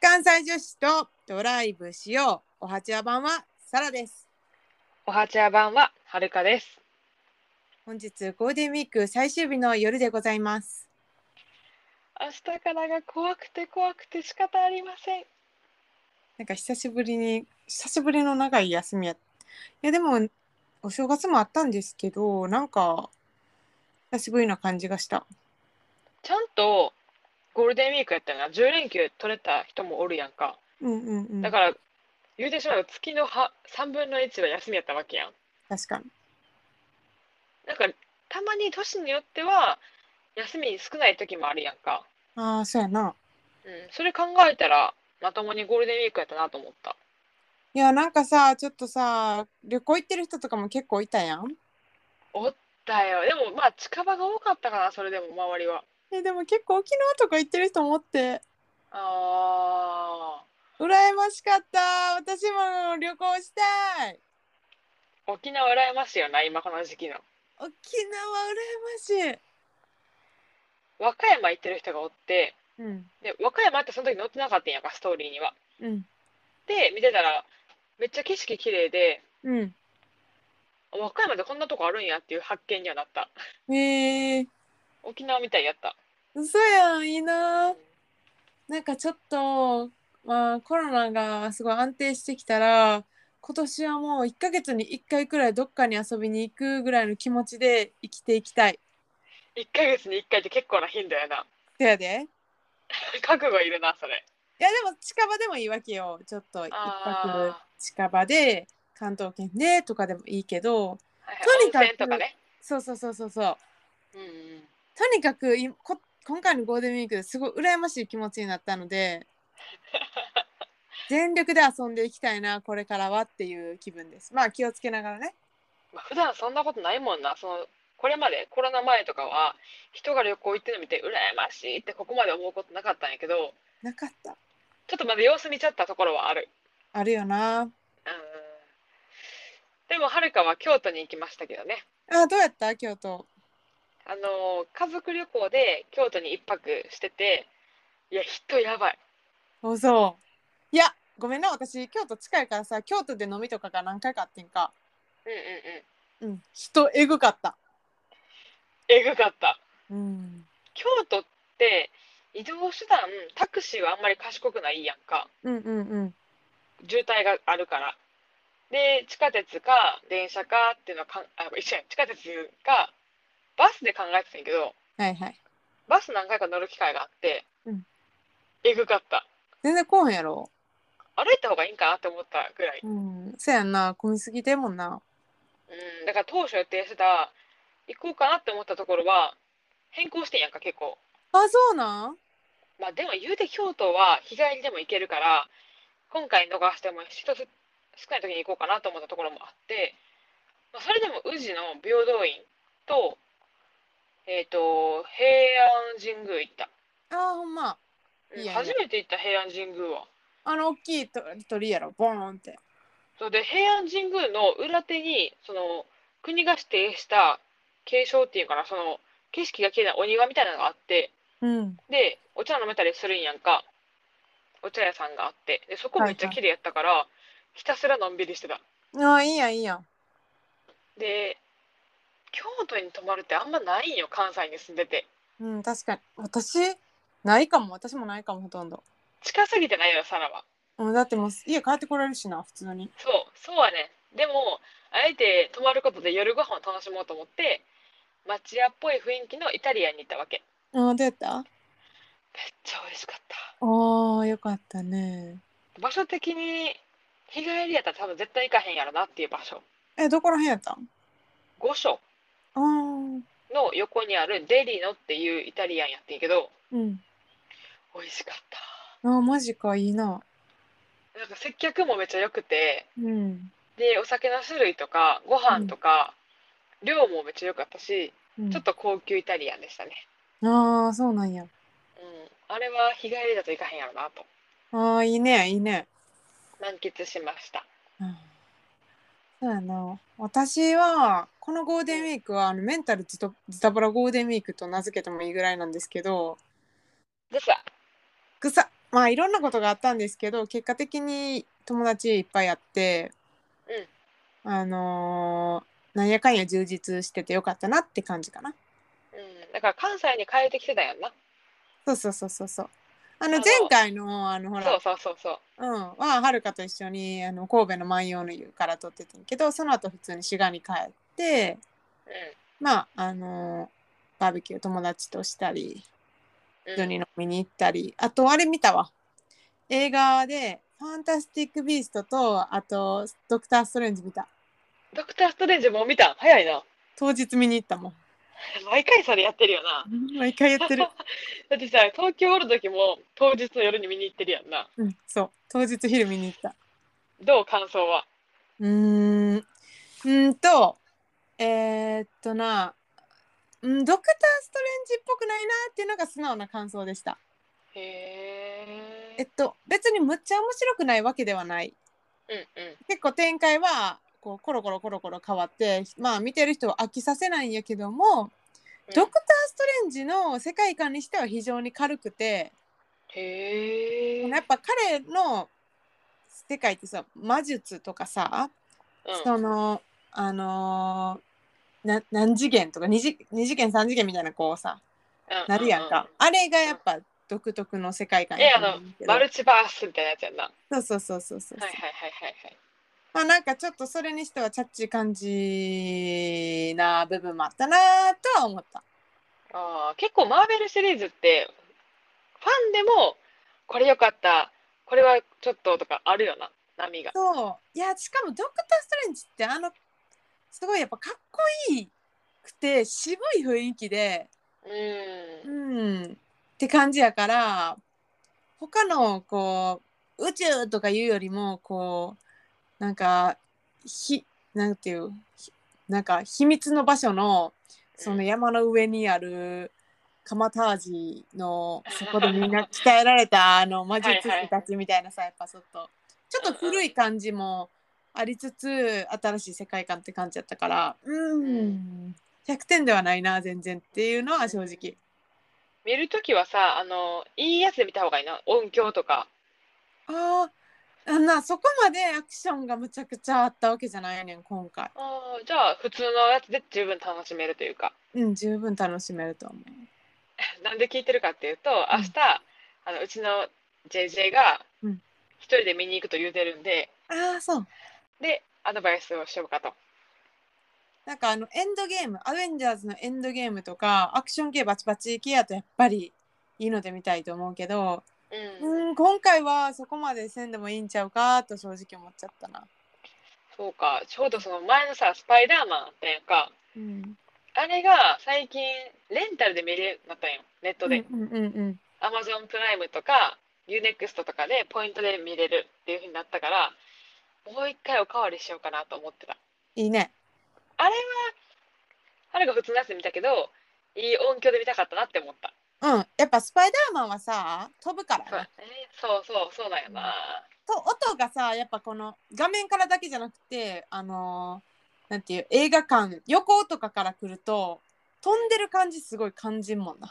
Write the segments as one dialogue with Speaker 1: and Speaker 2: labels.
Speaker 1: 関西女子とドライブしようおはちわ版はサラです
Speaker 2: おはちゃ版ははるかです。
Speaker 1: 本日ゴールデンウィーク最終日の夜でございます
Speaker 2: 明日からが怖くて怖くて仕方ありません。
Speaker 1: なんか久しぶりに久しぶりの長い休みやいやでもお正月もあったんですけどなんか久しぶりな感じがした
Speaker 2: ちゃんとゴールデンウィークやったら10連休取れた人もおるやんか。
Speaker 1: うんうんうん
Speaker 2: だから言うてしまえば月のは3分の1は休みやったわけやん。
Speaker 1: 確かに
Speaker 2: なんかたまに年によっては休み少ない時もあるやんか。
Speaker 1: ああそうやな
Speaker 2: うん、それ考えたらまともにゴールデンウィークやったなと思った。
Speaker 1: いやなんかさちょっとさ旅行行ってる人とかも結構いたやん
Speaker 2: おったよ。でもまあ近場が多かったかな、それでも周りは。
Speaker 1: えでも結構沖縄とか行ってる人もおって
Speaker 2: あ
Speaker 1: 羨ましかった私も旅行したい
Speaker 2: ー、沖縄羨ましいよな、今この時期の。
Speaker 1: 沖縄羨ましい
Speaker 2: 和歌山行ってる人がおって
Speaker 1: うん
Speaker 2: で和歌山ってその時載ってなかったんやんかストーリーには。
Speaker 1: うん
Speaker 2: で見てたらめっちゃ景色綺麗で
Speaker 1: うん
Speaker 2: あ和歌山でこんなとこあるんやっていう発見にはなった
Speaker 1: へえ
Speaker 2: 沖縄みたいやった
Speaker 1: 嘘やんいいななんかちょっとまあコロナがすごい安定してきたら今年はもう1ヶ月に1回くらいどっかに遊びに行くぐらいの気持ちで生きていきたい
Speaker 2: 1ヶ月に1回って結構な頻度やな
Speaker 1: せやで
Speaker 2: 覚悟いるなそれ
Speaker 1: いやでも近場でもいいわけよちょっと一泊
Speaker 2: あ
Speaker 1: 近場で関東圏でとかでもいいけど
Speaker 2: ー、はい
Speaker 1: と
Speaker 2: はい、
Speaker 1: にかく
Speaker 2: 温泉とかね
Speaker 1: そうそうそうそうそう
Speaker 2: うんうん
Speaker 1: とにかくいこ今回のゴールデンウィークですごい羨ましい気持ちになったので全力で遊んでいきたいなこれからはっていう気分ですまあ気をつけながらね
Speaker 2: まあ、普段そんなことないもんなそのこれまでコロナ前とかは人が旅行行ってるの見て羨ましいってここまで思うことなかったんやけど
Speaker 1: なかった
Speaker 2: ちょっとまだ様子見ちゃったところはある
Speaker 1: あるよな
Speaker 2: うんでもはるかは京都に行きましたけどね、
Speaker 1: あどうやった京都
Speaker 2: あのー家族旅行で京都に一泊してていや人やばい
Speaker 1: おそういやごめんな私京都近いからさ京都で飲みとかが何回かあってんか
Speaker 2: うんうんうん
Speaker 1: うん人えぐかった
Speaker 2: えぐかった
Speaker 1: うん
Speaker 2: 京都って移動手段タクシーはあんまり賢くないやんか
Speaker 1: うんうんうん
Speaker 2: 渋滞があるからで地下鉄か電車かっていうのはかんあ一緒やん地下鉄かバスで考えてたんやけど
Speaker 1: はいはい
Speaker 2: バス何回か乗る機会があって、
Speaker 1: うん
Speaker 2: えぐかった
Speaker 1: 全然こうへんやろ
Speaker 2: 歩いた方がいいんかなって思ったぐらい
Speaker 1: うんそやんな混みすぎてんもんな
Speaker 2: うん、だから当初予定してた行こうかなって思ったところは変更してんやんか結構
Speaker 1: あそうなん
Speaker 2: まあでも言うて京都は日帰りでも行けるから今回逃しても一つ少ない時に行こうかなと思ったところもあって、まあ、それでも宇治の平等院とえっ、と平安神宮行った、
Speaker 1: あほんま
Speaker 2: うん
Speaker 1: いいやん
Speaker 2: 初めて行った平安神宮は
Speaker 1: あの大きいと鳥やろボーンって
Speaker 2: そうで平安神宮の裏手にその国が指定した景勝っていうかなその景色が綺麗なお庭みたいなのがあって
Speaker 1: うん
Speaker 2: でお茶飲めたりするんやんかお茶屋さんがあってでそこめっちゃ
Speaker 1: はいはい
Speaker 2: 綺麗やったから、ひたすらのんびりしてた
Speaker 1: ああいいやんいいやん
Speaker 2: で京都に泊まるってあんまないんよ関西に住んでて
Speaker 1: うん確かに私ないかも私もないかもほとんど、
Speaker 2: 近すぎてないよさらは
Speaker 1: うん、だってもう家帰ってこられるしな普通に
Speaker 2: そうそうはねでもあえて泊まることで夜ご飯を楽しもうと思って町屋っぽい雰囲気のイタリアンに行ったわけ
Speaker 1: ああどうやった
Speaker 2: めっちゃ美味しかった
Speaker 1: ああよかったね
Speaker 2: 場所的に日帰りやったら多分絶対行かへんやろなっていう場所
Speaker 1: えどこら辺やったん
Speaker 2: 御所
Speaker 1: ああうん
Speaker 2: の横にあるデリノっていうイタリアンやってんけど美味しかっ
Speaker 1: あーマジかいいな
Speaker 2: たなんか接客もめっちゃ良くて
Speaker 1: うん、
Speaker 2: でお酒の種類とかご飯とか、量もめっちゃ良かったし
Speaker 1: うん、
Speaker 2: ちょっと高級イタリアンでしたね、
Speaker 1: ああそうなんや
Speaker 2: うん、あれは日帰りだといかへんやろなと
Speaker 1: ああいいねいいね
Speaker 2: 満喫しました
Speaker 1: うんそうやな私はこのゴールデンウィークはあのメンタルズタズタボラゴールデンウィークと名付けてもいいぐらいなんですけど
Speaker 2: でさ
Speaker 1: ぐさまあいろんなことがあったんですけど結果的に友達いっぱいあって、あのーなんやかんや充実しててよかったなって感じかな
Speaker 2: うん、だから関西に変えてきてたやんな。
Speaker 1: そうそうそうそうそうあの
Speaker 2: あの
Speaker 1: 前回のあのほ
Speaker 2: そ
Speaker 1: ら
Speaker 2: うそうそうそう。
Speaker 1: うんははるかと一緒にあの神戸の万葉の湯から撮っててんけどその後普通に滋賀に帰って
Speaker 2: う
Speaker 1: まああのーバーベキュー友達としたり
Speaker 2: ん。
Speaker 1: 一緒に飲みに行ったり、あとあれ見たわ映画で「ファンタスティック・ビーストと」あと「ドクター・ストレンジ」見た
Speaker 2: ドクター・ストレンジもう見た早いな。
Speaker 1: 当日見に行ったもん
Speaker 2: 毎回それやってるよな。
Speaker 1: 毎回やってる
Speaker 2: だってさ、東京おる時も当日の夜に見に行ってるやんな。
Speaker 1: うんそう当日昼見に行った
Speaker 2: どう感想は。
Speaker 1: うーんうーんとえー、っとなうんドクター・ストレンジっぽくないなっていうのが素直な感想でした
Speaker 2: へ
Speaker 1: えっ
Speaker 2: え。
Speaker 1: と別にむっちゃ面白くないわけではない
Speaker 2: うんうん。
Speaker 1: 結構展開はこうコロコロコロコロ変わってまあ見てる人を飽きさせないんやけどもドクター・ストレンジの世界観にしては非常に軽くて、
Speaker 2: へえ。
Speaker 1: やっぱ彼の世界ってさ魔術とかさ、
Speaker 2: うん
Speaker 1: そのあのーな何次元とか 2, 次二次元3次元みたいなこうさなるやんか、。あれがやっぱ独特の世界観
Speaker 2: え、あ
Speaker 1: と思
Speaker 2: の
Speaker 1: うんけ、ど
Speaker 2: マルチバースみたいなやつやんな。は
Speaker 1: そうそうそうそうそう、
Speaker 2: いはいはいはいはい。
Speaker 1: まあなんかちょっとそれにしてはチャッチー感じな部分もあったなとは思った
Speaker 2: ああ、結構マーベルシリーズって、ファンでも、これ良かった、これはちょっととかあるよな、波が。
Speaker 1: そういやしかもドクター・ストレンジってあのすごいやっぱかっこいいくて渋い雰囲気で
Speaker 2: うん
Speaker 1: う。んって感じやから他のこう宇宙とかいうよりもこうなんかひなんていうひなんか秘密の場所のその山の上にあるカマタージのそこでみんな鍛えられたあの魔術師たちみたいなさやっぱちょっとちょっと古い感じもありつつ新しい世界観って感じやったからうん、100点ではないな全然っていうのは正直
Speaker 2: 見るときはさ、あの、いいやつで見た方がいいな、音響とか。
Speaker 1: あーあんなそこまでアクションがむちゃくちゃあったわけじゃないねん今回
Speaker 2: ああ、じゃあ、普通のやつで十分楽しめるというか。
Speaker 1: うん十分楽しめると思う
Speaker 2: なんで聞いてるかっていうと、
Speaker 1: ん
Speaker 2: 明日、あの、うちの JJ が
Speaker 1: うん、
Speaker 2: 一人で見に行くと言うてるんで、
Speaker 1: ああそう
Speaker 2: で、アドバイスをしようかと。
Speaker 1: なんかあのエンドゲームアベンジャーズのエンドゲームとかアクション系バチバチ系やとやっぱりいいので見たいと思うけど
Speaker 2: うん。
Speaker 1: うん今回はそこまでせんでもいいんちゃうかと正直思っちゃったな、
Speaker 2: そうか、ちょうどその前のさ、スパイダーマンあったやんか。
Speaker 1: うん、
Speaker 2: あれが最近レンタルで見れるようになったんよ。ネットで。
Speaker 1: うんうんうん、
Speaker 2: Amazon プライムとか Unext とかでポイントで見れるっていう風になったから、もう一回おかわりしようかなと思ってた。
Speaker 1: いいね
Speaker 2: あれは、あれが普通のやつで見たけど、いい音響で見たかったなって思った。
Speaker 1: うんやっぱスパイダーマンはさ飛ぶから
Speaker 2: そう
Speaker 1: ね
Speaker 2: えそうそう、そうだよな。
Speaker 1: と音がさやっぱこの画面からだけじゃなくてあのーなんていう映画館横とかから来ると飛んでる感じすごい感じんもんな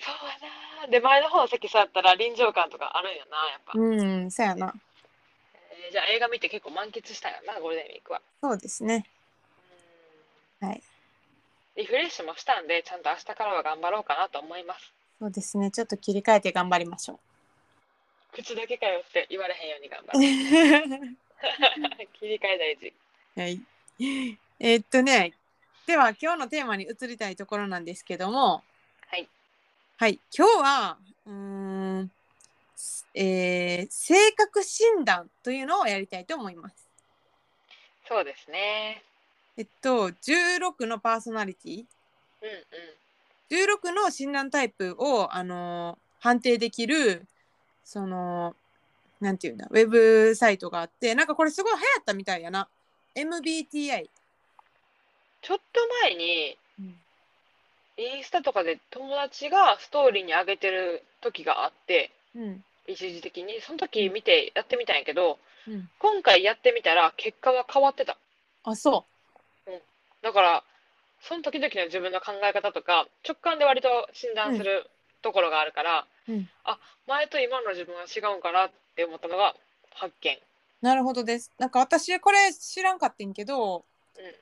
Speaker 2: そうやな。で、前の方の席座ったら臨場感とかあるんよな、やっぱ。
Speaker 1: うんそやな
Speaker 2: えーじゃあ映画見て結構満喫したよな、ゴールデンウィークは。
Speaker 1: そうですね
Speaker 2: うん
Speaker 1: はい。
Speaker 2: リフレッシュもしたんで、ちゃんと明日からは頑張ろうかなと思います。
Speaker 1: そうですねちょっと切り替えて頑張りましょう
Speaker 2: 口だけかよって言われへんように頑張る。
Speaker 1: は
Speaker 2: 切り替え大事。
Speaker 1: い。えーっとね、では今日のテーマに移りたいところなんですけども、
Speaker 2: はい。
Speaker 1: はい、今日は、うーん、すえー性格診断というのをやりたいと思います。
Speaker 2: そうですね。
Speaker 1: えっと、16のパーソナリティ、
Speaker 2: うんうん。
Speaker 1: 16の診断タイプを、あのー判定できる、その、なんていうんだ、ウェブサイトがあって、なんかこれすごい流行ったみたいやな。MBTI。
Speaker 2: ちょっと前に、インスタとかで友達がストーリーに上げてる時があって、
Speaker 1: うん。
Speaker 2: 一時的に、その時見てやってみたんやけど、
Speaker 1: うん
Speaker 2: 今回やってみたら結果が変わってた。
Speaker 1: あそ
Speaker 2: だから、その時々の自分の考え方とか、直感で割と診断するところがあるから、
Speaker 1: うん
Speaker 2: あ前と今の自分は違うんかなって思ったのが発見。
Speaker 1: なるほどです。なんか私これ知らんかってんけど、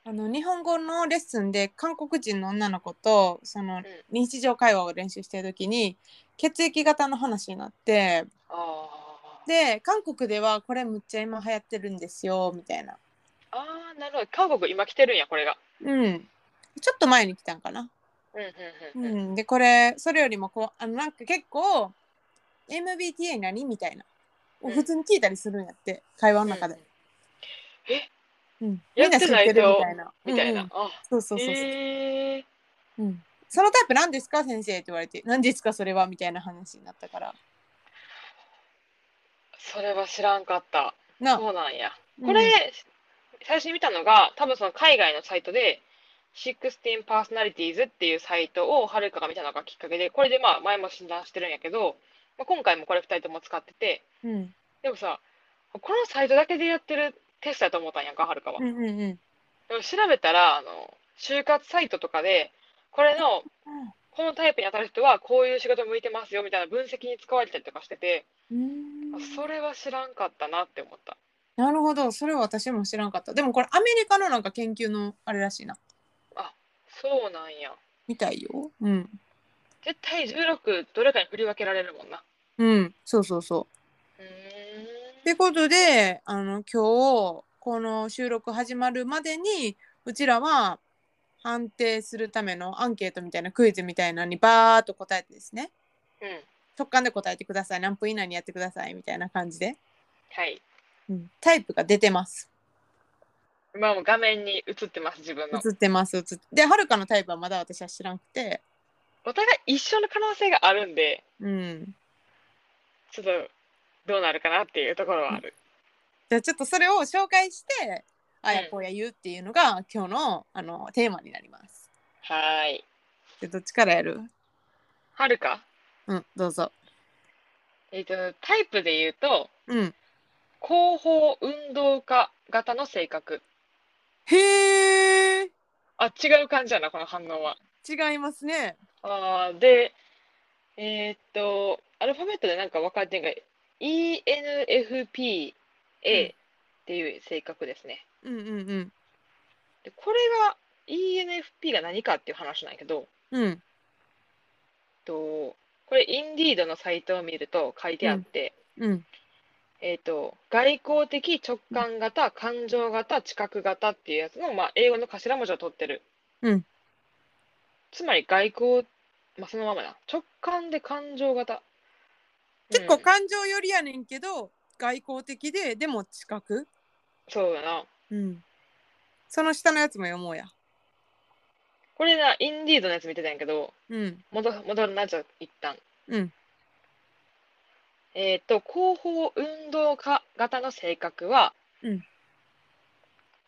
Speaker 1: あの日本語のレッスンで韓国人の女の子とその日常会話を練習してる時に血液型の話になって
Speaker 2: あー
Speaker 1: で韓国ではこれむっちゃ今流行ってるんですよみたいな。
Speaker 2: あーなるほど韓国今来てるんやこれが。
Speaker 1: うん。ちょっと前に来たんかな。
Speaker 2: うんう
Speaker 1: う
Speaker 2: んうんうん
Speaker 1: ん、でこれそれよりもこうあのなんか結構 MBTA 何みたいな
Speaker 2: うん
Speaker 1: 普通に聞いたりするんやって会話の中で。
Speaker 2: え
Speaker 1: うん、
Speaker 2: や
Speaker 1: みん
Speaker 2: っ
Speaker 1: な知っ
Speaker 2: て
Speaker 1: て
Speaker 2: ない
Speaker 1: るみ
Speaker 2: と
Speaker 1: たいな。
Speaker 2: みたいな。
Speaker 1: うんうん
Speaker 2: あ
Speaker 1: そうそうそうそう。
Speaker 2: えー
Speaker 1: うん、そのタイプ何ですか先生って言われて何ですかそれはみたいな話になったから
Speaker 2: それは知らんかった。
Speaker 1: なあ
Speaker 2: そうなんや。
Speaker 1: うん
Speaker 2: これ、最初に見たのが多分その海外のサイトで16 personalities っていうサイトをはるかが見たのがきっかけでこれでまあ前も診断してるんやけど、まあ、今回もこれ2人とも使ってて
Speaker 1: うん
Speaker 2: でもさこのサイトだけでやってるテストやと思ったんやんかはるかは
Speaker 1: う。んうんうん
Speaker 2: でも調べたらあの就活サイトとかでこれのこのタイプに当たる人はこういう仕事向いてますよみたいな分析に使われたりとかしてて
Speaker 1: うん
Speaker 2: あそれは知らんかったなって思った。
Speaker 1: なるほどそれは私も知らんかったでもこれアメリカのなんか研究のあれらしいな
Speaker 2: そうなんや。
Speaker 1: みたいようん
Speaker 2: 絶対16どれかに振り分けられるもんな。
Speaker 1: うんそうそうそう
Speaker 2: うー
Speaker 1: っ
Speaker 2: ん
Speaker 1: てことであの今日この収録始まるまでにうちらは判定するためのアンケートみたいなクイズみたいなのにバーっと答えてですね
Speaker 2: うん。
Speaker 1: 直感で答えてください何分以内にやってくださいみたいな感じで、
Speaker 2: はい。
Speaker 1: うん、タイプが出てます
Speaker 2: まあもう画面に映ってます、自分の。
Speaker 1: 映ってます映ってではるかのタイプはまだ私は知らなくて
Speaker 2: お互い一緒の可能性があるんで、
Speaker 1: うん
Speaker 2: ちょっとどうなるかなっていうところはある。
Speaker 1: じゃあちょっとそれを紹介してあ
Speaker 2: う
Speaker 1: や
Speaker 2: ん
Speaker 1: こうや言うっていうのが今日のあのテーマになります
Speaker 2: はーい。
Speaker 1: でどっちからやる
Speaker 2: はるか
Speaker 1: うんどうぞ
Speaker 2: えっ、と、タイプで言うと、
Speaker 1: うん
Speaker 2: 広報運動家型の性格。
Speaker 1: へえ
Speaker 2: あ、違う感じやな、この反応は。
Speaker 1: 違いますね
Speaker 2: あーで、えーっと、アルファベットでなんか分かれてんが、ENFPA っていう性格ですね。
Speaker 1: うんうんうん
Speaker 2: で、これが ENFP が何かっていう話なんやけど、
Speaker 1: うん
Speaker 2: とこれ、インディードのサイトを見ると書いてあって、
Speaker 1: うん
Speaker 2: えーっと、外交的直感型、感情型、知覚型っていうやつの、まあ、英語の頭文字を取ってる。
Speaker 1: うん
Speaker 2: つまり、外交、まあ、そのままだ。直感で感情型。
Speaker 1: 結
Speaker 2: う
Speaker 1: 構
Speaker 2: ん
Speaker 1: 感情よりやねんけど、外交的ででも近く
Speaker 2: そうだな。
Speaker 1: うんその下のやつも読もうや
Speaker 2: これな、インディードのやつ見てたんやけど、
Speaker 1: うん
Speaker 2: 戻戻るな、じゃあ一旦。
Speaker 1: うん
Speaker 2: えっ、と、広報運動家型の性格は、
Speaker 1: うん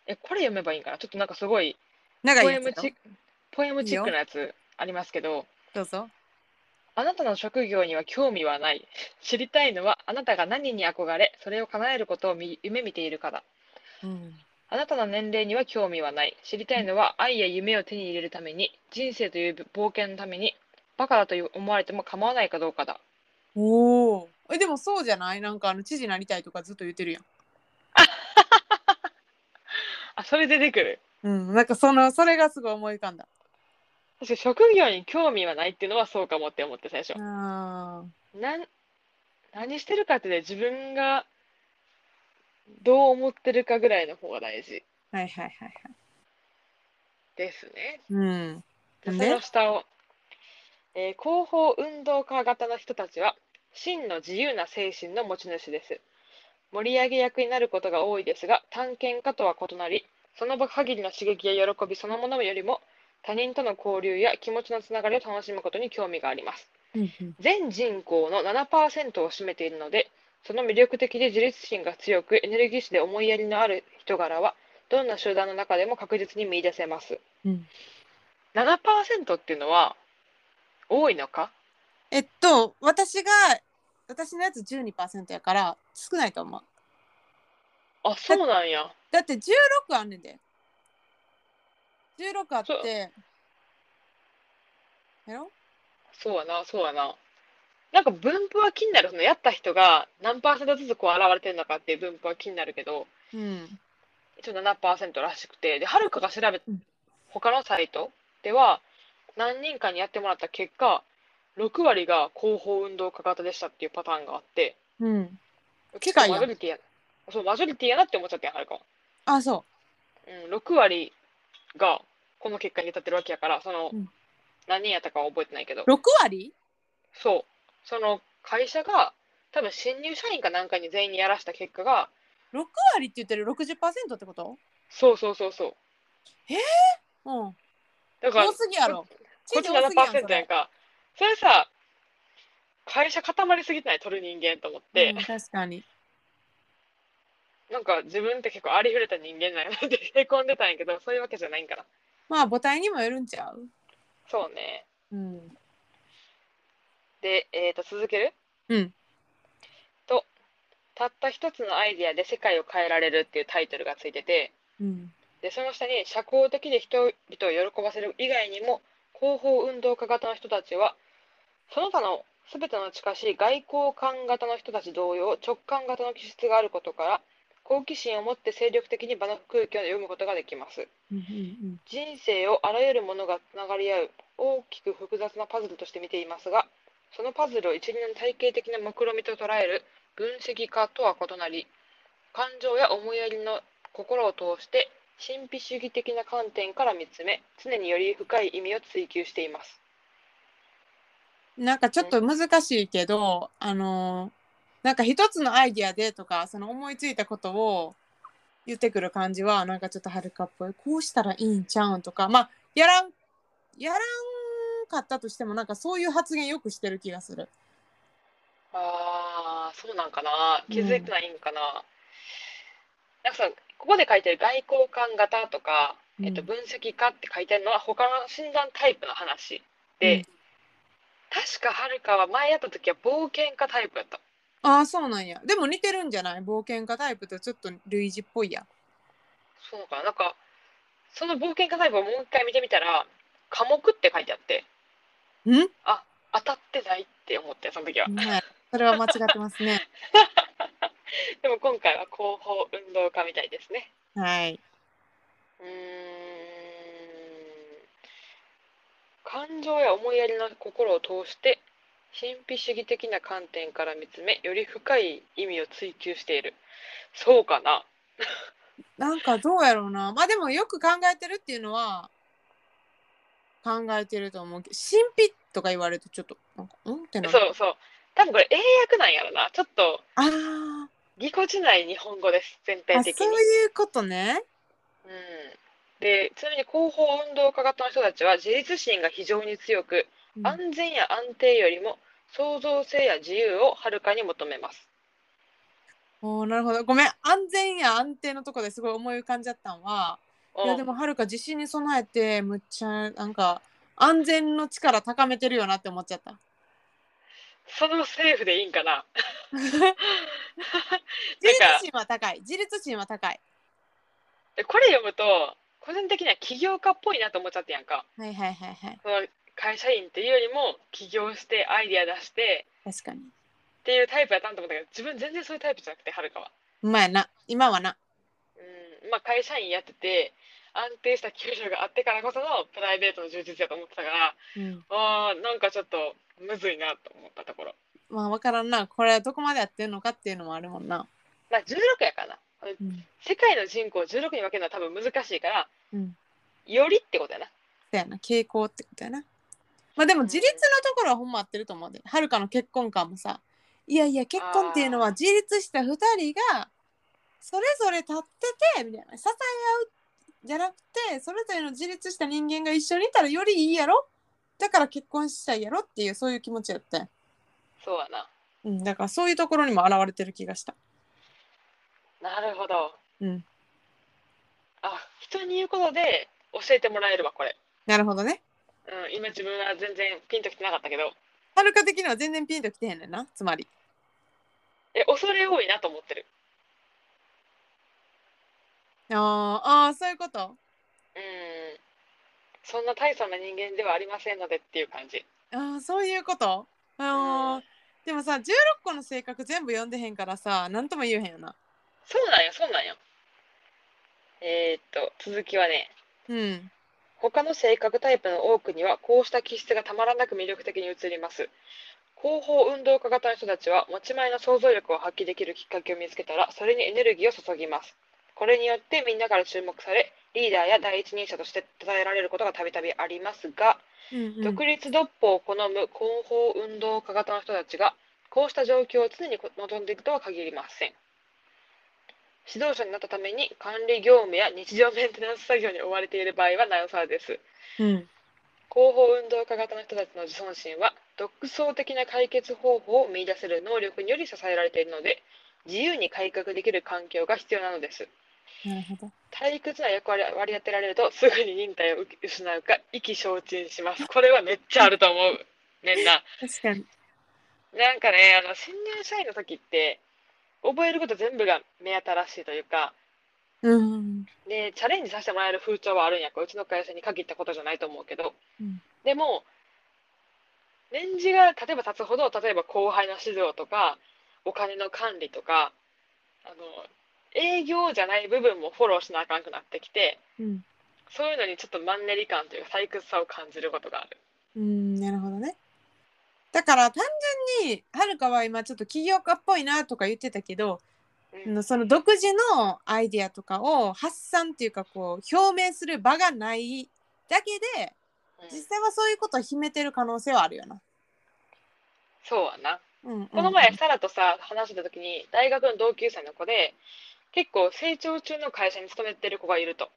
Speaker 2: え、これ読めばいいんかなちょっとなんかすごい、
Speaker 1: 長い
Speaker 2: ポエ
Speaker 1: やつ
Speaker 2: ム
Speaker 1: やろ
Speaker 2: チポエムチッ
Speaker 1: いい
Speaker 2: ク
Speaker 1: よ
Speaker 2: なやつありますけど、
Speaker 1: どうぞ
Speaker 2: あなたの職業には興味はない。 知りたいのは、あなたが何に憧れ、それを叶えることをみ夢見ているかだ。
Speaker 1: うん
Speaker 2: あなたの年齢には興味はない。知りたいのは愛や夢を手に入れるために、人生という冒険のために、バカだと思われても構わないかどうかだ。
Speaker 1: おおえでもそうじゃないなんかあの知事になりたいとかずっと言ってるやん
Speaker 2: あ、それ出てくる。
Speaker 1: うんなんかそのそれがすごい思い浮かんだ
Speaker 2: 確かに職業に興味はないっていうのはそうかもって思って最初。
Speaker 1: あー
Speaker 2: なん何してるかってね、自分がどう思ってるかぐらいの方が大事
Speaker 1: はいはいはいはい
Speaker 2: ですね。
Speaker 1: うん
Speaker 2: で
Speaker 1: なん
Speaker 2: そ
Speaker 1: で
Speaker 2: の下を、えー広報運動家型の人たちは真の自由な精神の持ち主です盛り上げ役になることが多いですが探検家とは異なりその場限りの刺激や喜びそのものよりも他人との交流や気持ちのつながりを楽しむことに興味があります
Speaker 1: うんうん
Speaker 2: 全人口の7%を占めているのでその魅力的で自立心が強くエネルギッシュで思いやりのある人柄はどんな集団の中でも確実に見出せます
Speaker 1: うん
Speaker 2: 7%っていうのは多いのか
Speaker 1: えっと私が私のやつ12%やから少ないと思う
Speaker 2: あそうなんや
Speaker 1: だって16あんねんで16あってやろ
Speaker 2: そうやな、そうやな。なんか分布は気になる。そのやった人が何パーセントずつこう現れてるのかっていう分布は気になるけど、
Speaker 1: うん。
Speaker 2: 一応7%らしくて、で、はるかが調べ
Speaker 1: うん
Speaker 2: 他のサイトでは、何人かにやってもらった結果、6割が広報運動家型でしたっていうパターンがあって、
Speaker 1: うん。
Speaker 2: 結
Speaker 1: 近い
Speaker 2: 構
Speaker 1: やん
Speaker 2: マジョリティや、そう、マジョリティやなって思っちゃったやん、はるかは。
Speaker 1: あ、そ
Speaker 2: うん、6割がこの結果に至ってるわけやから、その
Speaker 1: うん、
Speaker 2: 何人やったかは覚えてないけど
Speaker 1: う。、6割
Speaker 2: そう、その会社が、多分新入社員かなんかに全員にやらした結果が、
Speaker 1: ?6 割って言ってる60%ってこと
Speaker 2: そうそうそうそう。
Speaker 1: うん。
Speaker 2: だから、
Speaker 1: 多すぎやろ。
Speaker 2: こっ
Speaker 1: チ
Speaker 2: ち
Speaker 1: ーズ多すぎやんそ
Speaker 2: 7%
Speaker 1: れ
Speaker 2: やんか。それさ、会社固まりすぎてない、取る人間と思って、
Speaker 1: うん、確かに。
Speaker 2: なんか自分って結構ありふれた人間なんやなって へこんでたんやけど、そういうわけじゃないんかな。
Speaker 1: まあ母体にもよるんちゃう
Speaker 2: そうね。
Speaker 1: うん。
Speaker 2: で、えっ、と、続ける
Speaker 1: うん。
Speaker 2: たった一つのアイディアで世界を変えられるっていうタイトルがついてて、
Speaker 1: うん。
Speaker 2: で、その下に社交的で人々を喜ばせる以外にも、広報運動家型の人たちは、その他の全ての近しい外交官型の人たち同様、直感型の気質があることから、好奇心を持って精力的に場の空気を読むことができます。
Speaker 1: うんうん
Speaker 2: 人生をあらゆるものがつながり合う大きく複雑なパズルとして見ていますがそのパズルを一輪の体系的な目論見みと捉える分析家とは異なり感情や思いやりの心を通して神秘主義的な観点から見つめ常により深い意味を追求しています
Speaker 1: うんなんかちょっと難しいけど、あのーなんか一つのアイディアでとか、その思いついたことを言ってくる感じは、なんかちょっとはるかっぽい。こうしたらいいんちゃうんとか、まあ、やらん、やらんかったとしても、なんかそういう発言よくしてる気がする。
Speaker 2: あーそうなんかな気づいてないんかな,、なんかさここで書いてる外交官型とか、えっと、
Speaker 1: うん
Speaker 2: 分析家って書いてるのは他の診断タイプの話で、
Speaker 1: うん
Speaker 2: 確かはるかは前やった時は冒険家タイプやった
Speaker 1: ああ、そうなんや。でも似てるんじゃない冒険家タイプとちょっと類似っぽいやん。
Speaker 2: そうかななんかその冒険家タイプをもう一回見てみたら科目って書いてあって
Speaker 1: ん
Speaker 2: あ当たってないって思ってその時は、
Speaker 1: ねそれは間違ってます ね。
Speaker 2: でも今回は広報運動家みたいですね
Speaker 1: はい。
Speaker 2: うーん感情や思いやりの心を通して神秘主義的な観点から見つめより深い意味を追求しているそうかな
Speaker 1: なんかどうやろうな。まあでもよく考えてるっていうのは考えてると思うけど、神秘とか言われるとちょっと、なんか、うんってなる。
Speaker 2: そうそう多分これ英訳なんやろなちょっと
Speaker 1: あー
Speaker 2: ぎこちない日本語です全体
Speaker 1: あ、
Speaker 2: 的
Speaker 1: そ
Speaker 2: に
Speaker 1: ういうことね。
Speaker 2: うん、でちなみに広報運動家型の人たちは自立心が非常に強く
Speaker 1: うん
Speaker 2: 安全や安定よりも創造性や自由をはるかに求めます
Speaker 1: おーなるほど。ごめん。安全や安定のとこですごい思い浮かんじゃったんは、いや
Speaker 2: うん
Speaker 1: でもはるか地震に備えて、むっちゃ、なんか、安全の力高めてるよなって思っちゃった。
Speaker 2: そのセーフでいいんかな
Speaker 1: 自立心は高い。自立心は高い。
Speaker 2: でこれ読むと個人的には起業家っぽいなと思っちゃってやんか
Speaker 1: はいはいはいはい。
Speaker 2: その会社員っていうよりも起業してアイディア出して
Speaker 1: 確かに。
Speaker 2: っていうタイプやったんと思ったけど自分全然そういうタイプじゃなくてはるかは、
Speaker 1: うまいな。今はな。
Speaker 2: うんまあ、会社員やってて安定した給料があってからこそのプライベートの充実やと思ってたから
Speaker 1: うん。
Speaker 2: あーなんかちょっとむずいなと思ったところ
Speaker 1: まあ分からんな。これどこまでやってんのかっていうのもあるもんな。
Speaker 2: まあ16やからな
Speaker 1: うん。
Speaker 2: 世界の人口を16に分けるのは多分難しいから
Speaker 1: うん。
Speaker 2: よりってことやな
Speaker 1: だよな。傾向ってことやな。まあでも自立のところはほんま合ってると思うで。はるかの結婚観もさ。いやいや、結婚っていうのは
Speaker 2: あー
Speaker 1: 自立した2人がそれぞれ立ってて、みたいな。支え合うじゃなくて、それぞれの自立した人間が一緒にいたらよりいいやろだから結婚したいやろっていう、そういう気持ちやって。
Speaker 2: そうやな
Speaker 1: うん。だからそういうところにも表れてる気がした。
Speaker 2: なるほど
Speaker 1: うん。
Speaker 2: あ人に言うことで教えてもらえるわこれ、
Speaker 1: なるほどね。
Speaker 2: うん、今自分は全然ピンときてなかったけど
Speaker 1: はるか的には全然ピンときてへんねんな。つまり。
Speaker 2: え恐れ多いなと思ってる
Speaker 1: あーあー、そういうこと。
Speaker 2: うんそんな大層な人間ではありませんのでっていう感じ
Speaker 1: ああそういうことあーでもさ16個の性格全部読んでへんからさ何とも言えへんよな
Speaker 2: そうなんやそうなんやえーっと続きはね
Speaker 1: うん
Speaker 2: 他の性格タイプの多くにはこうした気質がたまらなく魅力的に映ります広報運動家型の人たちは持ち前の想像力を発揮できるきっかけを見つけたらそれにエネルギーを注ぎますこれによってみんなから注目されリーダーや第一人者として称えられることがたびたびありますが、
Speaker 1: うんうん
Speaker 2: 独立独歩を好む広報運動家型の人たちがこうした状況を常に望んでいくとは限りません指導者になったために管理業務や日常メンテナンス作業に追われている場合はなおさらです
Speaker 1: うん
Speaker 2: 広報運動家型の人たちの自尊心は独創的な解決方法を見出せる能力により支えられているので自由に改革できる環境が必要なのです
Speaker 1: なるほど
Speaker 2: 退屈な役割を割り当てられるとすぐに忍耐を失うか意気消沈しますこれはめっちゃあると思うねんな
Speaker 1: 確かに
Speaker 2: なんかねあの新入社員の時って覚えること全部が目新しいというか
Speaker 1: うん
Speaker 2: でチャレンジさせてもらえる風潮はあるんやこううちの会社に限ったことじゃないと思うけど、
Speaker 1: うん
Speaker 2: でも年次が例えば経つほど例えば後輩の指導とかお金の管理とかあの営業じゃない部分もフォローしなあかんくなってきて
Speaker 1: うん
Speaker 2: そういうのにちょっとマンネリ感というか退屈さを感じることがある。
Speaker 1: うんなるほどねだから単純にはるかは今ちょっと起業家っぽいなとか言ってたけど
Speaker 2: うん
Speaker 1: その独自のアイディアとかを発散っていうかこう表明する場がないだけで実際はそういうことを秘めてる可能性はあるよな。
Speaker 2: そうやな
Speaker 1: うんうん、
Speaker 2: この前、サラとさ、話してた時に、大学の同級生の子で、結構成長中の会社に勤めてる子がいると。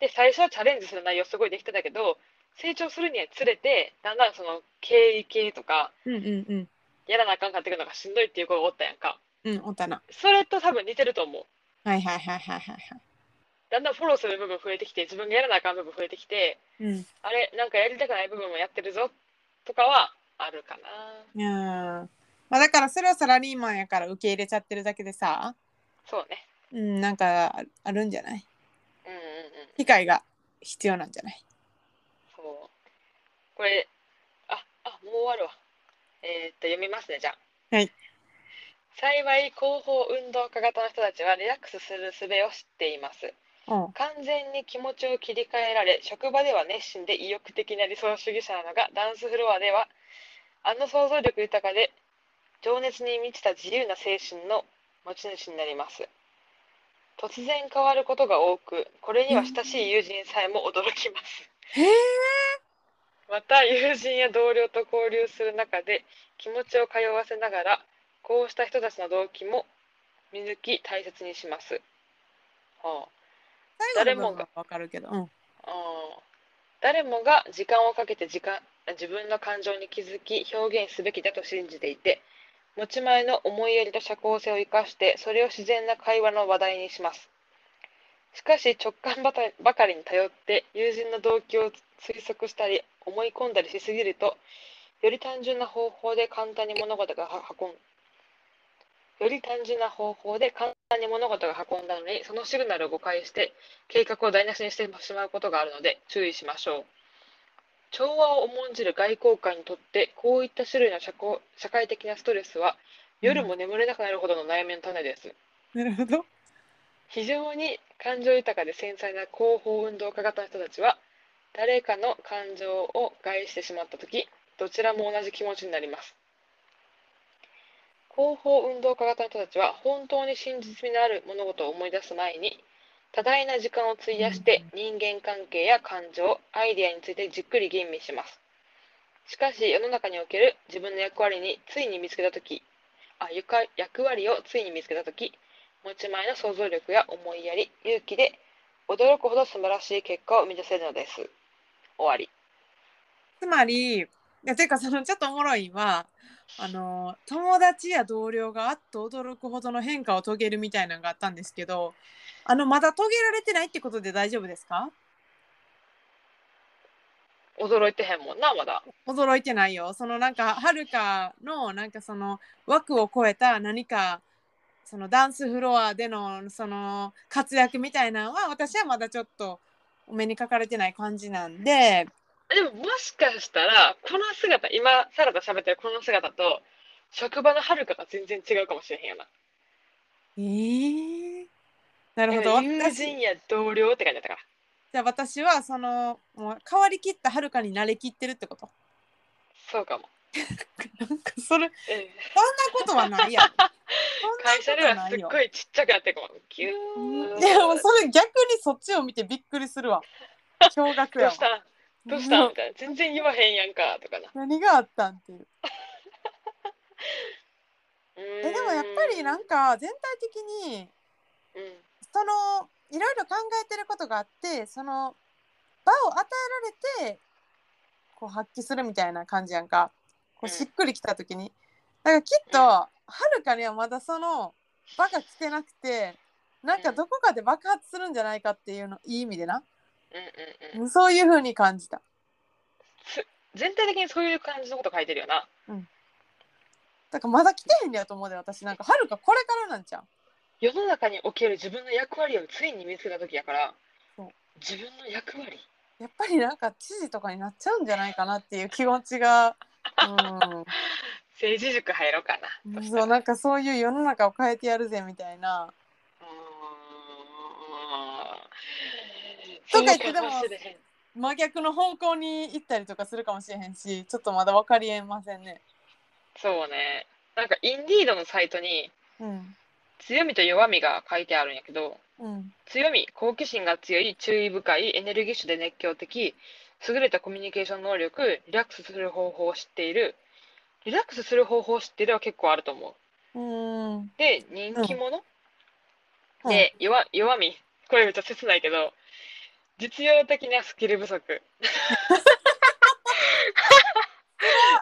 Speaker 2: で、最初はチャレンジする内容すごいできてたけど、成長するにつれて、だんだんその経営系とか、
Speaker 1: うんうんうん
Speaker 2: やらなあかんかってくるのがしんどいっていう子がおったやんか。
Speaker 1: うんおったな。
Speaker 2: それと多分似てると思う。
Speaker 1: はいはいはいはいはいは
Speaker 2: だんだんフォローする部分増えてきて、自分がやらなあかん部分増えてきて、
Speaker 1: い。うん。
Speaker 2: あれ、なんかやりたくない部分もやってるぞ、とかはあるかな。
Speaker 1: いやーまあだからそれはサラリーマンやから受け入れちゃってるだけでさ、
Speaker 2: そうね。
Speaker 1: うんなんかああるんじゃない？
Speaker 2: うんうんうん。
Speaker 1: 機会が必要なんじゃない？
Speaker 2: そう。これ、あ、あ、もう終わるわ。えーっと、読みますね、じゃあ。
Speaker 1: はい。
Speaker 2: 幸い、広報運動家型の人たちはリラックスする術を知っています。
Speaker 1: おう
Speaker 2: 完全に気持ちを切り替えられ、職場では熱心で意欲的な理想主義者なのが、ダンスフロアでは、あの想像力豊かで、情熱に満ちた自由な精神の持ち主になります。突然変わることが多く、これには親しい友人さえも驚きます。
Speaker 1: へえ。
Speaker 2: また友人や同僚と交流する中で気持ちを通わせながらこうした人たちの動機も見抜き大切にします。は
Speaker 1: 誰
Speaker 2: 誰
Speaker 1: も
Speaker 2: も
Speaker 1: が
Speaker 2: が
Speaker 1: わかるけど。うん。
Speaker 2: あああ誰もが時間をかけて時間自分の感情に気づき表現すべきだと信じていて持ち前の思いやりと社交性を生かしてそれを自然な会話の話題にします。しかし直感ばたばかりに頼って友人の動機を推測したり思い込んだりしすぎるとより単純な方法で簡単に物事がは運んより単純な方法で簡単に物事が運んだのにそのシグナルを誤解して計画を台無しにしてしまうことがあるので注意しましょう調和を重んじる外交官にとってこういった種類の社交社会的なストレスは夜も眠れなくなるほどの悩みの種です
Speaker 1: なるほど。
Speaker 2: 非常に感情豊かで繊細な広報運動家型の人たちは誰かの感情を害してしまった時どちらも同じ気持ちになります広報運動家型の人たちは本当に真実味のある物事を思い出す前に多大な時間を費やして人間関係や感情アイデアについてじっくり吟味しますしかし世の中における自分の役割についに見つけた時あゆか役割をついに見つけた時持ち前の想像力や思いやり勇気で驚くほど素晴らしい結果を生み出せるのです終わり
Speaker 1: つまり、いやてかそのちょっとおもろいんはあの友達や同僚があっと驚くほどの変化を遂げるみたいなのがあったんですけどあのまだ遂げられてないってことで大丈夫ですか
Speaker 2: 驚いてへんもんなまだ
Speaker 1: 驚いてないよそのなんかはるかのなんかその枠を超えた何かそのダンスフロアでのその活躍みたいなのは私はまだちょっとお目にかかれてない感じなんで
Speaker 2: でももしかしたら、この姿、今、サラダ喋ってるこの姿と、職場のはるかが全然違うかもしれへんよな。
Speaker 1: えー、なるほど
Speaker 2: なんか友
Speaker 1: 私
Speaker 2: 人や同僚って感じだったから。
Speaker 1: じゃあ私はそのもう変わりきったはるかに慣れきってるってこと
Speaker 2: そうかも。
Speaker 1: なんかそれ
Speaker 2: うん
Speaker 1: そんなことはないやんそんな
Speaker 2: 会社で
Speaker 1: こと
Speaker 2: は
Speaker 1: な
Speaker 2: す
Speaker 1: い
Speaker 2: っ
Speaker 1: よ
Speaker 2: ごいちっちゃくなってるかも。キュ
Speaker 1: う
Speaker 2: ー
Speaker 1: んでもそれ逆にそっちを見てびっくりするわ驚愕
Speaker 2: ど
Speaker 1: や
Speaker 2: う
Speaker 1: わ
Speaker 2: したんどうした
Speaker 1: うん
Speaker 2: みたいな。全然言わへんやんか、とかな。
Speaker 1: 何があったんっていう
Speaker 2: え
Speaker 1: えでもやっぱりなんか全体的に
Speaker 2: うん、
Speaker 1: そのいろいろ考えてることがあってその場を与えられてこう発揮するみたいな感じやんかこう
Speaker 2: う
Speaker 1: んしっくりきた時にだからきっと
Speaker 2: うん
Speaker 1: はるかにはまだその場が来てなくてなんかどこかで爆発するんじゃないかっていうのいい意味でな
Speaker 2: うん、うん、うん。
Speaker 1: そういう風に感じた
Speaker 2: 全体的にそういう感じのこと書いてるよな。
Speaker 1: だからまだ来てへんねやと思うで私なんかはるかこれからなんちゃう
Speaker 2: 世の中における自分の役割をついに見つけた時やから
Speaker 1: そう、
Speaker 2: 自分の役割
Speaker 1: やっぱりなんか知事とかになっちゃうんじゃないかなっていう気持ちが、
Speaker 2: 政治塾入ろうか
Speaker 1: う
Speaker 2: な。
Speaker 1: ん、
Speaker 2: そし
Speaker 1: そう
Speaker 2: たら
Speaker 1: なんかそういう世の中を変えてやるぜみたいなとか
Speaker 2: うーん
Speaker 1: 言ってでも
Speaker 2: そうかしれへん
Speaker 1: 真逆の方向に行ったりとかするかもしれへんしちょっとまだ分かりえませんね。
Speaker 2: そうね。なんかインディードのサイトに
Speaker 1: うん
Speaker 2: 強みと弱みが書いてあるんやけど、
Speaker 1: うん
Speaker 2: 強み、好奇心が強い、注意深い、エネルギッシュで熱狂的、優れたコミュニケーション能力、リラックスする方法を知っている。リラックスする方法を知っているは結構あると思う。
Speaker 1: うん
Speaker 2: で、人気者、
Speaker 1: うん
Speaker 2: で、弱弱み、これめっちゃ切ないけど、実用的なスキル不足。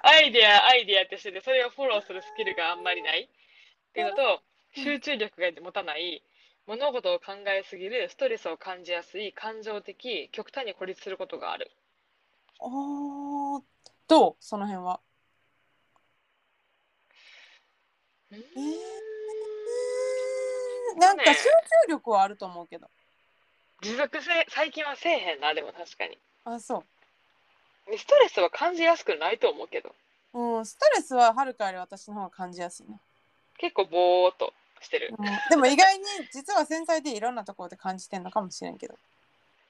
Speaker 2: アイデア、アイデアってしてて、それをフォローするスキルがあんまりないっていうのと、
Speaker 1: うん
Speaker 2: 集中力が持たない、物事を考えすぎる、ストレスを感じやすい、感情的、極端に孤立することがある。
Speaker 1: おーどうその辺は。
Speaker 2: うーん
Speaker 1: なんか集中力はあると思うけど。
Speaker 2: 持続性、最近はせえへんな、でも確かに。
Speaker 1: あそ
Speaker 2: ストレスは感じやすくないと思うけど。
Speaker 1: う。うんストレスははるかより私の方が感じやすいね。
Speaker 2: 結構ぼーっとしてる
Speaker 1: うんでも意外に実は繊細でいろんなところで感じてんのかもしれんけど。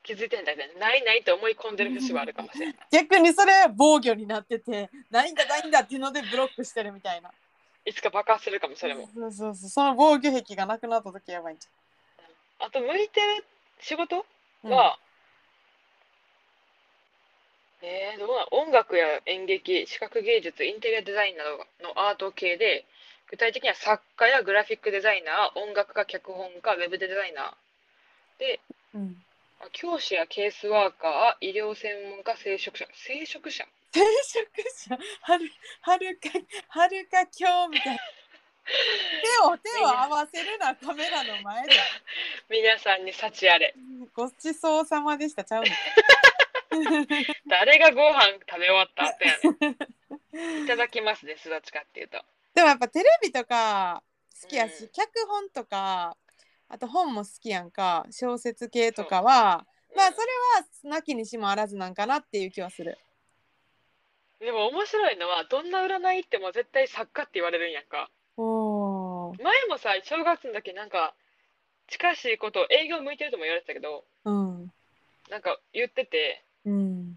Speaker 2: 気づいてんだけどないないと思い込んでる節はあるかもしれない
Speaker 1: 逆にそれ防御になっててないんだないんだっていうのでブロックしてるみたいない
Speaker 2: つか爆発するかもそれも
Speaker 1: そうそうそうその防御壁がなくなった時やばいんじ
Speaker 2: あと向いてる仕事
Speaker 1: ゃん、
Speaker 2: は、えー、どうなん音楽や演劇視覚芸術インテリアデザインなどのアート系で具体的には作家やグラフィックデザイナー音楽家脚本家ウェブデザイナーで
Speaker 1: うんうん
Speaker 2: あ教師やケースワーカー医療専門家聖職者聖職者
Speaker 1: 転職者はるはるかはるか今日みた いな手を手を合わせるなカメラの前で
Speaker 2: 皆さんに幸あれ
Speaker 1: ごちそうさまでしたちゃうの
Speaker 2: 誰がご飯食べ終わったってやねん いただきますですどっちかっていうと。
Speaker 1: でもやっぱテレビとか好きやし、
Speaker 2: うん
Speaker 1: 脚本とかあと本も好きやんか小説系とかはまあそれはなきにしもあらずなんかなっていう気はする。
Speaker 2: でも面白いのはどんな占い行っても絶対作家って言われるんやんか。
Speaker 1: おー
Speaker 2: 前もさ小学生の時なんか近しいこと営業向いてるとも言われてたけど
Speaker 1: うん
Speaker 2: なんか言ってて
Speaker 1: うん、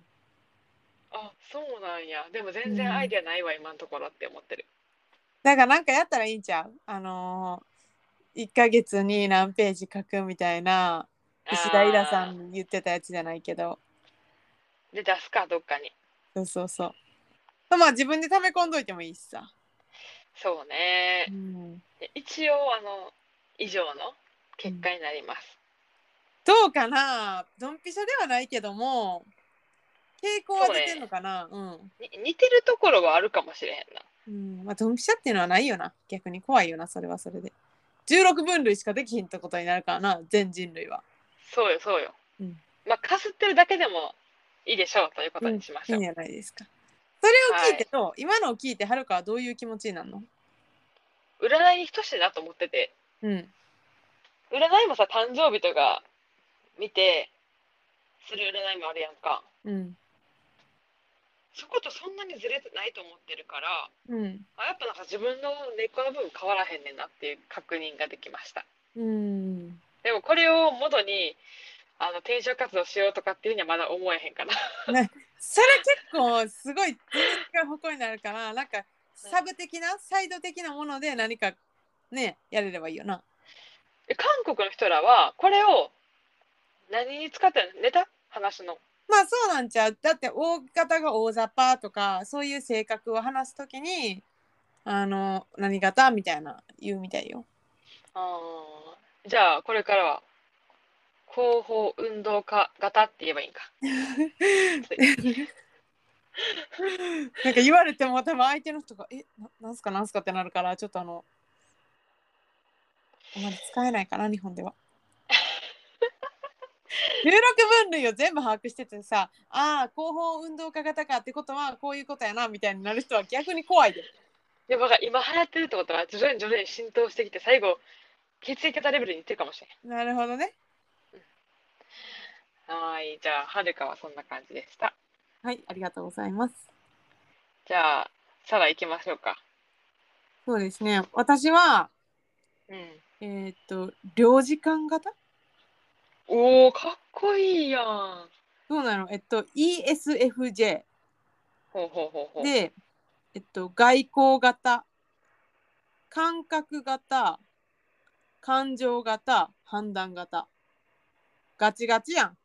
Speaker 2: あそうなんやでも全然アイデアないわ今のところって思ってる。
Speaker 1: だからなんかやったらいいんちゃうあのー、1ヶ月に何ページ書くみたいな石田イラさ
Speaker 2: あー
Speaker 1: ん言ってたやつじゃないけど
Speaker 2: で出すかどっかに。
Speaker 1: そうそうそうまあ自分で溜め込んどいてもいいしさ、
Speaker 2: そうね
Speaker 1: う。ん、
Speaker 2: で一応あの以上の結果になります。
Speaker 1: どうかなドンピシャではないけども傾向は出てんのかなう,、
Speaker 2: に似てるところはあるかもしれへんな。
Speaker 1: ん、うんまあ、ドンピシャっていうのはないよな逆に怖いよなそれはそれで16分類しかできひんってことになるからな全人類は
Speaker 2: そうよそうよ。
Speaker 1: うん
Speaker 2: まあかすってるだけでもいいでしょうということにしまし
Speaker 1: いい。
Speaker 2: ょうん
Speaker 1: じゃないですかそれを聞いてと、今のを聞いてはるかはどういう気持ちになるの
Speaker 2: 占いに等しいなと思ってて
Speaker 1: うん
Speaker 2: 占いもさ誕生日とか見てする占いもあるやんか
Speaker 1: うん
Speaker 2: そことそんなにずれてないと思ってるから
Speaker 1: うん
Speaker 2: あやっぱなんか自分の根っこの部分変わらへんねんなっていう確認ができました
Speaker 1: うん
Speaker 2: でもこれを元にあの転職活動しようとかっていうにはまだ思えへんかな
Speaker 1: それ結構すごい全然違う方向になるからなんかサブ的なサイド的なもので何かねやれればいいよな。
Speaker 2: え韓国の人らはこれを何に使ってんのネタ話の
Speaker 1: まあそうなんちゃうだって大方が大雑把とかそういう性格を話すときにあの何型みたいな言うみたいよ。
Speaker 2: あーじゃあこれからは広報運動家型って言えば いいんか
Speaker 1: なんか言われても多分相手の人が「えななんすかなんすか?」ってなるからちょっとあのあまり使えないかな日本で は。16分類を全部把握しててさああ広報運動家型かってことはこういうことやなみたいになる人は逆に怖いで。
Speaker 2: でもなんか今流行ってるってことは徐々に徐々に浸透してきて最後血液型レベルにいってるかもしれ
Speaker 1: なるほどね。
Speaker 2: んはいじゃあはるかはそんな感じでした
Speaker 1: はいありがとうございます。
Speaker 2: じゃあサラ行きましょうか
Speaker 1: そうですね私は
Speaker 2: うん
Speaker 1: えーっと領事館型
Speaker 2: おーかっこいいやん
Speaker 1: どうなのえっと ESFJ
Speaker 2: ほうほうほうほう
Speaker 1: で、えっと、外交型感覚型感情型判断型ガチガチやん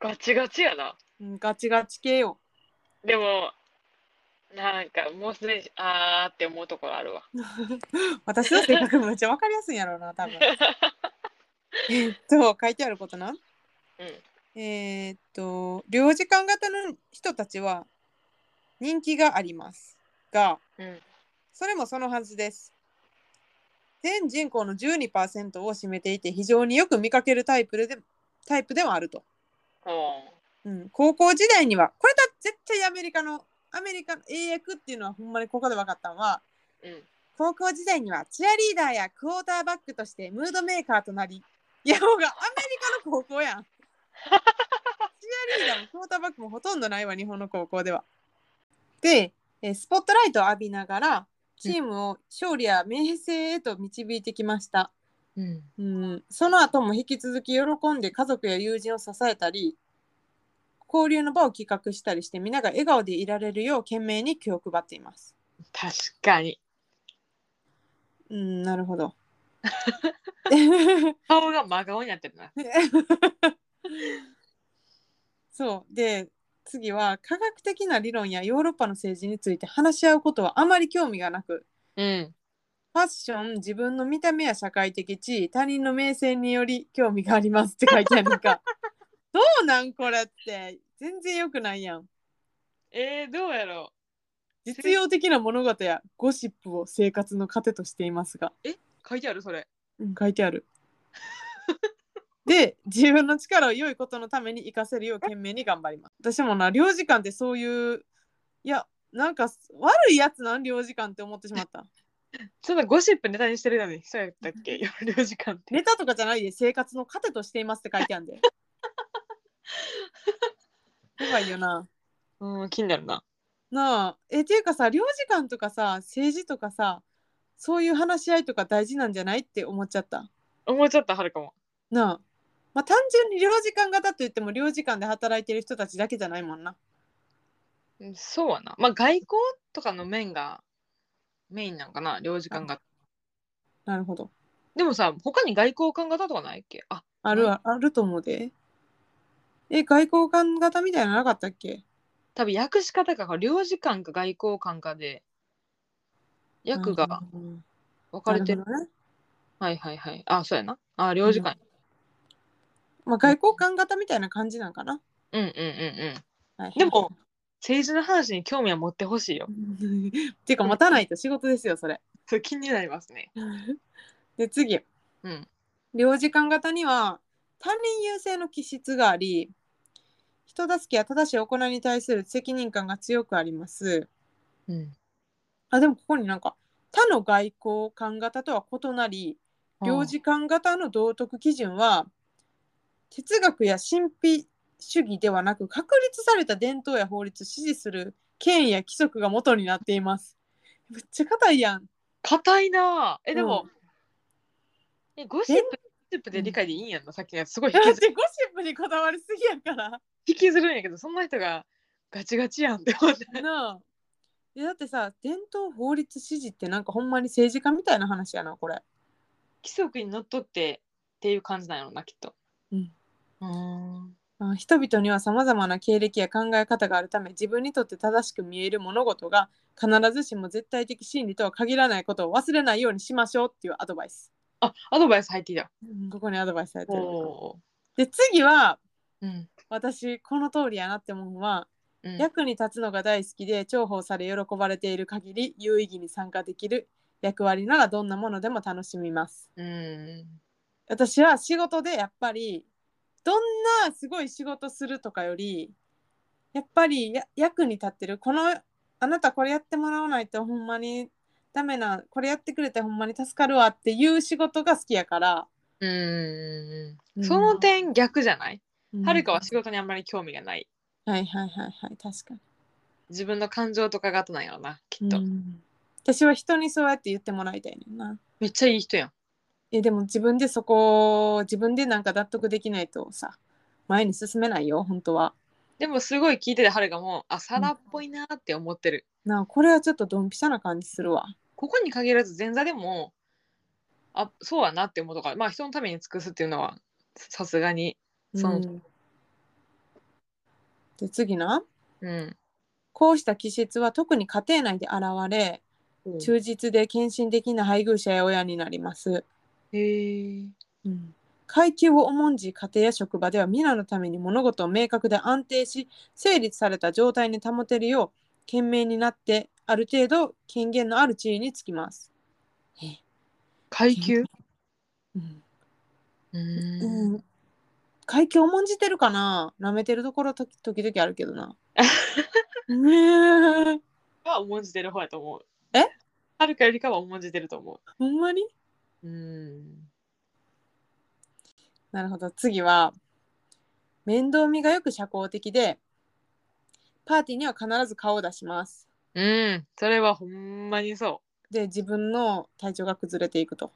Speaker 2: ガチガチやな
Speaker 1: うんガチガチ系よ
Speaker 2: でもなんかもうすでにあーって思うところあるわ
Speaker 1: 私の性格めっちゃ分かりやすいんやろうな多分え っと書いてあることな
Speaker 2: うん
Speaker 1: えーっと領事館型の人たちは人気がありますが
Speaker 2: うん
Speaker 1: それもそのはずです。全人口の12%を占めていて非常によく見かけるタイプでタイプではあると、
Speaker 2: おー
Speaker 1: うん。高校時代にはこれだ絶対アメリカのアメリカの英訳っていうのはほんまにここで分かったのは
Speaker 2: うん
Speaker 1: 高校時代にはチアリーダーやクォーターバックとしてムードメーカーとなりいやほうがアメリカの高校やん。チアリーダーもクォーターバックもほとんどないわ日本の高校では。でえースポットライトを浴びながらチームを勝利や名声へと導いてきました。
Speaker 2: うん
Speaker 1: うん、その後も引き続き喜んで家族や友人を支えたり交流の場を企画したりして皆が笑顔でいられるよう懸命に気を配っています。
Speaker 2: 確かに
Speaker 1: うん、なるほど。
Speaker 2: 顔が真顔になってるな
Speaker 1: そうで次は科学的な理論やヨーロッパの政治について話し合うことはあまり興味がなく
Speaker 2: うん
Speaker 1: ファッション自分の見た目や社会的地位他人の名声により興味がありますって書いてあるのかどうなんこれって全然よくないやん
Speaker 2: えー、どうやろ
Speaker 1: 実用的な物事やゴシップを生活の糧としていますが
Speaker 2: う書いてあるそれ
Speaker 1: うん、書いてある。で自分の力を良いことのために活かせるよう懸命に頑張ります。私もな領事館ってそういういやなんか悪いやつなん領事館って思ってしまった。
Speaker 2: ちょっとゴシップネタにしてるのにそうやったっけ領事館って
Speaker 1: ネタとかじゃないで生活の糧としていますって書いてあるんで。やばいよな。
Speaker 2: うん気になるな
Speaker 1: なあえっていうかさ領事館とかさ政治とかさそういう話し合いとか大事なんじゃないって思っちゃった。
Speaker 2: 思っちゃったはるかも
Speaker 1: なあ、まあ、単純に領事館型といっても領事館で働いてる人たちだけじゃないもんな。
Speaker 2: うんそうやなまあ外交とかの面がメインなんかな領事館が
Speaker 1: なるほど。
Speaker 2: でもさ他に外交官型とかないっけあ
Speaker 1: あ
Speaker 2: う
Speaker 1: る
Speaker 2: ん
Speaker 1: あると思うで。え、外交官型みたいなのなかったっけ
Speaker 2: 多分訳し方が領事館か外交官かで訳が
Speaker 1: うん
Speaker 2: 分かれてる
Speaker 1: なほどね。
Speaker 2: はいはいはいあそうやなあ領事館
Speaker 1: まあ、外交官型みたいな感じなんかな。
Speaker 2: うんうんうんうん
Speaker 1: はい
Speaker 2: でも。政治の話に興味は持ってほしいよ
Speaker 1: っていうか、持たないと仕事ですよ、それ。
Speaker 2: それ気になりますね
Speaker 1: で、次。
Speaker 2: うん
Speaker 1: 領事館型には他人優勢の気質があり人助けや正しい行いに対する責任感が強くあります
Speaker 2: うん
Speaker 1: あでもここになんか他の外交官型とは異なり領事館型の道徳基準は哲学や神秘主義ではなく確立された伝統や法律を支持する権威や規則が元になっています。めっちゃ硬いやん。
Speaker 2: 硬いなぁえ、でも
Speaker 1: う、
Speaker 2: え、ゴシップ、ゴシップで理解でいいんやんな、さっきのやつ。すごい
Speaker 1: だ
Speaker 2: 引
Speaker 1: って
Speaker 2: き
Speaker 1: ゴ
Speaker 2: ず
Speaker 1: シ
Speaker 2: る
Speaker 1: ップにこだわりすぎやから。
Speaker 2: 引きずるんやけど、そんな人がガチガチやんって思って。
Speaker 1: なあいやだってさ伝統法律支持ってなんかほんまに政治家みたいな話やなこれ
Speaker 2: 規則にのっとってっていう感じなんやろな、きっと。
Speaker 1: うん。
Speaker 2: うーん。
Speaker 1: あ人々にはさまざまな経歴や考え方があるため自分にとって正しく見える物事が必ずしも絶対的真理とは限らないことを忘れないようにしましょうっていうアドバイス、
Speaker 2: あ、アドバイス入ってきた。
Speaker 1: ここにアドバイスされてる
Speaker 2: お
Speaker 1: で次は
Speaker 2: ー。うん。
Speaker 1: 私この通りやなって思うのは、
Speaker 2: うん
Speaker 1: 役に立つのが大好きで重宝され喜ばれている限り有意義に参加できる役割ならどんなものでも楽しみます
Speaker 2: うん。
Speaker 1: 私は仕事でやっぱりどんなすごい仕事するとかよりやっぱりや役に立ってるこのあなたこれやってもらわないとほんまにダメなこれやってくれてほんまに助かるわっていう仕事が好きやから、
Speaker 2: う。
Speaker 1: うんん
Speaker 2: その点逆じゃないはるかは
Speaker 1: う
Speaker 2: 仕事にあんまり興味がない。
Speaker 1: んはいはいはいはい確かに
Speaker 2: 自分の感情とかがあとなんやろな、きっと。
Speaker 1: うん私は人にそうやって言ってもらいたいねんな
Speaker 2: めっちゃいい人やん。
Speaker 1: えでも自分でそこ自分でなんか納得できないとさ前に進めないよ本当は
Speaker 2: でもすごい聞いててはるかも、あ、サラっぽいなーって思ってる。
Speaker 1: なあこれはちょっとドンピシャな感じするわ
Speaker 2: ここに限らず前座でも、あ、そうやなって思うとか、まあ人のために尽くすっていうのは、さすがに。そう
Speaker 1: うんで次な
Speaker 2: うん。
Speaker 1: こうした気質は特に家庭内で現れ忠実で献身的な配偶者や親になります、
Speaker 2: へー
Speaker 1: 階級を重んじ家庭や職場では皆のために物事を明確で安定し成立された状態に保てるよう懸命になってある程度権限のある地位につきます。
Speaker 2: 階級
Speaker 1: うん
Speaker 2: う。
Speaker 1: うんん、階級重んじてるかな舐めてるところとき時々あるけど な。ねえ
Speaker 2: は重んじてる方やと思う。
Speaker 1: え
Speaker 2: はるかよりかは重んじてると思
Speaker 1: ほんまに
Speaker 2: う。うん。
Speaker 1: なるほど次は面倒見がよく社交的でパーティーには必ず顔を出します
Speaker 2: うん。それはほんまにそ
Speaker 1: で自分の体調が崩れていくと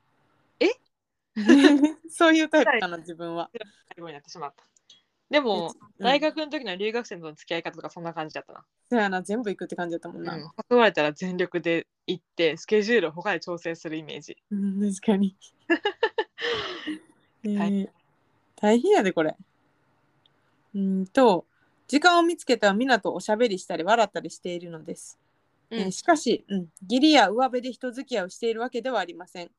Speaker 2: え
Speaker 1: そういうタイプかな自分は
Speaker 2: う。最後になってしまった。で
Speaker 1: う
Speaker 2: も、
Speaker 1: ん
Speaker 2: 大学の時の留学生との付き合い方とかそんな感じだったな。
Speaker 1: そうやな全部行くって感じだったもん
Speaker 2: う
Speaker 1: な、
Speaker 2: ん、誘われたら全力で行ってスケジュールを他で調整するイメージ
Speaker 1: うん確かに、ねえ
Speaker 2: 大
Speaker 1: 大変やでこれうんと時間を見つけたら皆とおしゃべりしたり笑ったりしているのですえーしかし、うん、義理や上辺で人付き合いをしているわけではありません。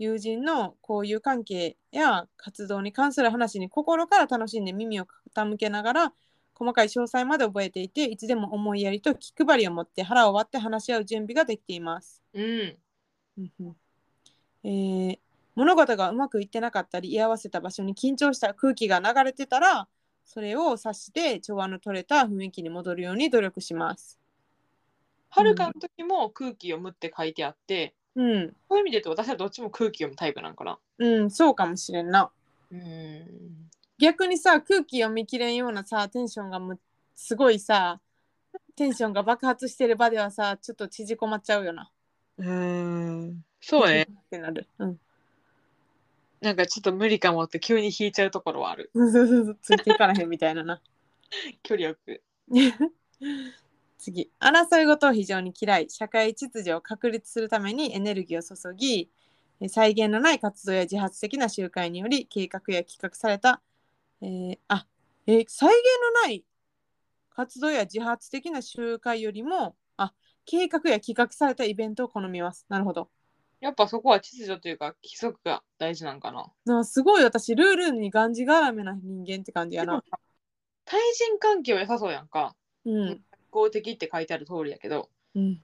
Speaker 1: 友人の交友関係や活動に関する話に心から楽しんで耳を傾けながら細かい詳細まで覚えていていつでも思いやりと気配りを持って腹を割って話し合う準備ができています。
Speaker 2: うん
Speaker 1: うんうんえー物事がうまくいってなかったり居合わせた場所に緊張した空気が流れてたらそれを察して調和の取れた雰囲気に戻るように努力します。
Speaker 2: はるかの時も空気読むって書いてあって、
Speaker 1: うん、
Speaker 2: そういう意味で言うと私はどっちも空気読むタイプなんかな
Speaker 1: うん、そうかもしれんな。
Speaker 2: うん
Speaker 1: 逆にさ空気読みきれんようなさテンションがむすごいさテンションが爆発してる場ではさちょっと縮こまっちゃうよな。
Speaker 2: うんそう ね
Speaker 1: ってなる。うん。
Speaker 2: なんかちょっと無理かもって急に引いちゃうところはある
Speaker 1: そうそうそうついていからへんみたいなな。
Speaker 2: 距離よく
Speaker 1: 次争い事を非常に嫌い社会秩序を確立するためにエネルギーを注ぎえ際限のない活動や自発的な集会により計画や企画された、えーあえー際限のない活動や自発的な集会よりもあ計画や企画されたイベントを好みますなるほど
Speaker 2: やっぱそこは秩序というか規則が大事なんかな
Speaker 1: なすごい私ルールにがんじがらめな人間って感じやな、
Speaker 2: 対人関係は良さそうやんか
Speaker 1: うん
Speaker 2: 公的って書いてある通りやけど
Speaker 1: うん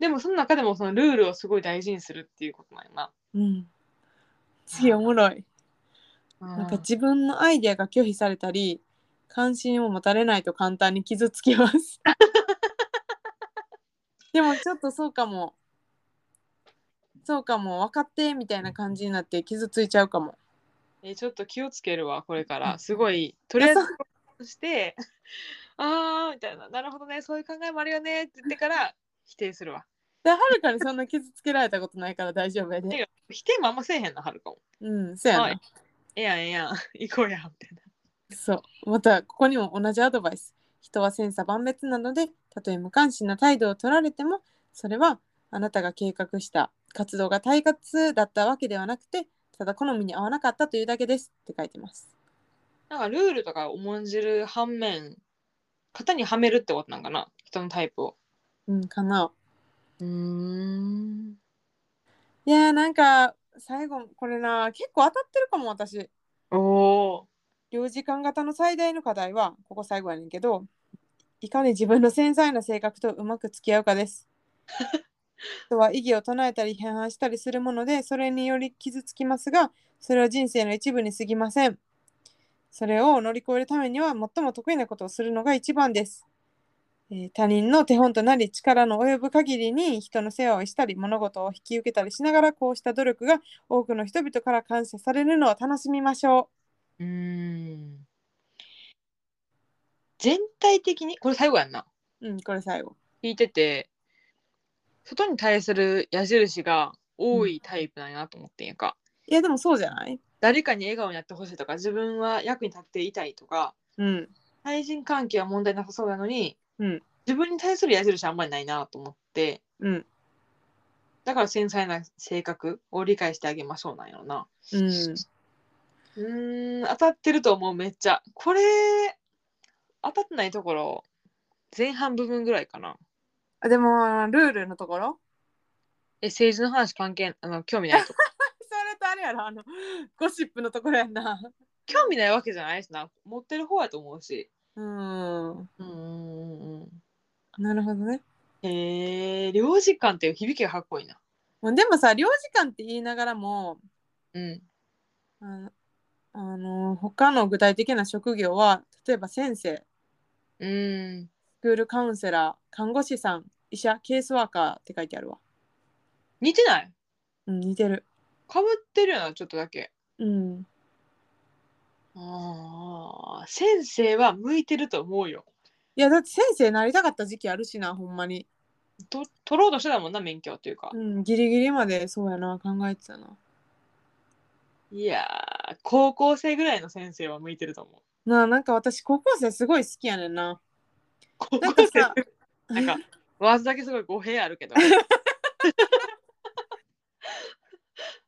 Speaker 2: でもその中でもそのルールをすごい大事にするっていうことなんやな
Speaker 1: うん、次おもろいなんか自分のアイデアが拒否されたり関心を持たれないと簡単に傷つきます でもちょっとそうかもそうかも分かってみたいな感じになって傷ついちゃうかも
Speaker 2: えーちょっと気をつけるわこれ
Speaker 1: う
Speaker 2: か
Speaker 1: ん
Speaker 2: らすごいとりあえずして 「ああ」みたいな「なるほどねそういう考えもあるよね」って言ってから否定するわ
Speaker 1: はるかにそんな傷つけられたことないから大丈夫やで。
Speaker 2: 否定もあんませえへんなはるかも
Speaker 1: うん、そうやな。
Speaker 2: はい「ええやんええやん 行こうや」みたいな
Speaker 1: そう。また、ここにも同じアドバイス。人は千差万別なので、たとえ無関心な態度を取られても、それはあなたが計画した活動が対活だったわけではなくて、ただ好みに合わなかったというだけですって書いてます。
Speaker 2: なんかルールとか重んじる反面型にはめるってことなんかな人のタイプを
Speaker 1: うん、かな。
Speaker 2: うーん
Speaker 1: いやー、なんか、最後、これな、結構当たってるかも、私。
Speaker 2: おお
Speaker 1: 領事館型の最大の課題は、ここ最後やねんけど、いかに自分の繊細な性格とうまく付き合うかです。人は異議を唱えたり批判したりするもので、それにより傷つきますが、それは人生の一部に過ぎません。それを乗り越えるためには、最も得意なことをするのが一番です。えー他人の手本となり、力の及ぶ限りに人の世話をしたり、物事を引き受けたりしながら、こうした努力が多くの人々から感謝されるのを楽しみましょう。
Speaker 2: うーん全体的にこれ最後やんな
Speaker 1: うん、これ最後。
Speaker 2: 聞いてて外に対する矢印が多いタイプなんやなと思ってんやんか、
Speaker 1: いやでもそうじゃない
Speaker 2: 誰かに笑顔になってほしいとか自分は役に立っていたいとか
Speaker 1: うん。
Speaker 2: 対人関係は問題なさそうなのに、
Speaker 1: うん
Speaker 2: 自分に対する矢印あんまりないなと思って
Speaker 1: うん。
Speaker 2: だから繊細な性格を理解してあげましょうなんやろな
Speaker 1: うん。
Speaker 2: うーん当たってると思うめっちゃこれ当たってないところ前半部分ぐらいかな
Speaker 1: あでも、ルールのところ
Speaker 2: え政治の話関係あの興味ないとか
Speaker 1: それとあれやろ、あの、ゴシップのところやんな。
Speaker 2: 興味ないわけじゃないしな持ってる方やと思うし
Speaker 1: うん。
Speaker 2: うんうん
Speaker 1: なるほどね。
Speaker 2: うんへえ領事館っていう響きがかっこいいな
Speaker 1: もうでもさ、領事館って言いながらも、
Speaker 2: うん
Speaker 1: ああの、他の具体的な職業は、例えば先生、
Speaker 2: うん
Speaker 1: スクールカウンセラー、看護師さん、医者、ケースワーカーって書いてあるわ。
Speaker 2: 似てない
Speaker 1: うん、似てる。
Speaker 2: かぶってるよなちょっとだけ
Speaker 1: うん。
Speaker 2: あー先生は向いてると思うよ
Speaker 1: いや、だって先生なりたかった時期あるしな、ほんまに。
Speaker 2: と取ろうとしてたもんな免許っていうか、
Speaker 1: うん、ギリギリまでそうやな、考えてたな。
Speaker 2: いやー高校生ぐらいの先生は向いてると思う
Speaker 1: なあなんか私高校生すごい好きやねんな。
Speaker 2: 高
Speaker 1: なん
Speaker 2: 校
Speaker 1: か
Speaker 2: 生
Speaker 1: さ
Speaker 2: なんかワーズだけすごい語弊あるけど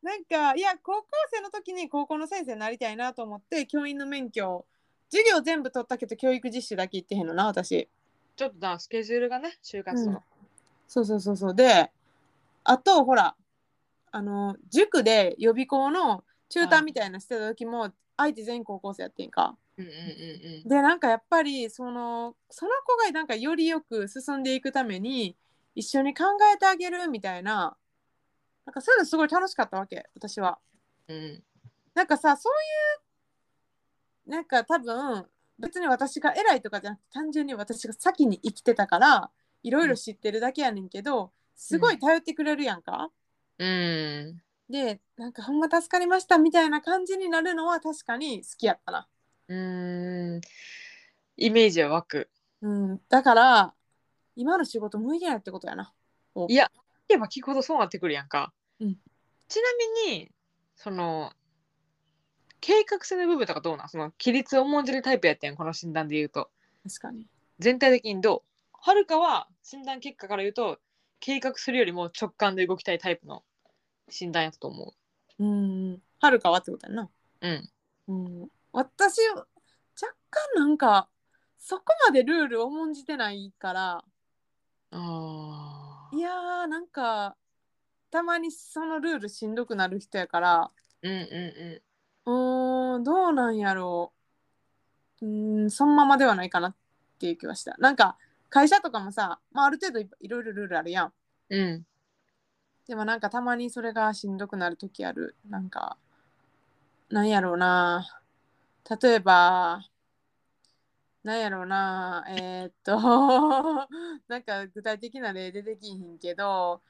Speaker 1: なんかいや高校生の時に高校の先生になりたいなと思って教員の免許授業全部取ったけど教育実習だけ行ってへんのな私。
Speaker 2: ちょっとなスケジュールがね就活とか、
Speaker 1: そうそうそうそうであとほらあの塾で予備校のチューターみたいなしてた時も相手全員高校生やってんか。
Speaker 2: うん、うんうんうん
Speaker 1: でなんかやっぱりそのその子がなんかよりよく進んでいくために一緒に考えてあげるみたいななんかそういうのすごい楽しかったわけ私は。
Speaker 2: うん
Speaker 1: なんかさそういうなんか多分別に私が偉いとかじゃなくて単純に私が先に生きてたからいろいろ知ってるだけやねんけど、すごい頼ってくれるやんか。
Speaker 2: うん
Speaker 1: でなんかほんま助かりましたみたいな感じになるのは確かに好きやったな。
Speaker 2: うんイメージは湧く
Speaker 1: うん、だから今の仕事向いてないってことやな。
Speaker 2: いや聞けば聞くほどそうなってくるやんか、
Speaker 1: うん
Speaker 2: ちなみにその計画性の部分とかどうなんその規律を重んじるタイプやったやんこの診断で言うと
Speaker 1: 確かに。
Speaker 2: 全体的にどうはるかは診断結果から言うと計画するよりも直感で動きたいタイプの診断やったと思
Speaker 1: うん。はるかはってことやな。
Speaker 2: ううん
Speaker 1: うん。私若干なんかそこまでルール重んじてないから。
Speaker 2: あ
Speaker 1: いやーなんかたまにそのルールしんどくなる人やから
Speaker 2: うんうんう
Speaker 1: うーんどうなんやろううーんそのままではないかなっていう気はしたなんか会社とかもさ、まあ、ある程度いいろいろルールあるやん
Speaker 2: んうん
Speaker 1: でもなんかたまにそれがしんどくなる時あるなんかなんやろうな例えばなんやろうなえーっと なんか具体的な例出てきひんけど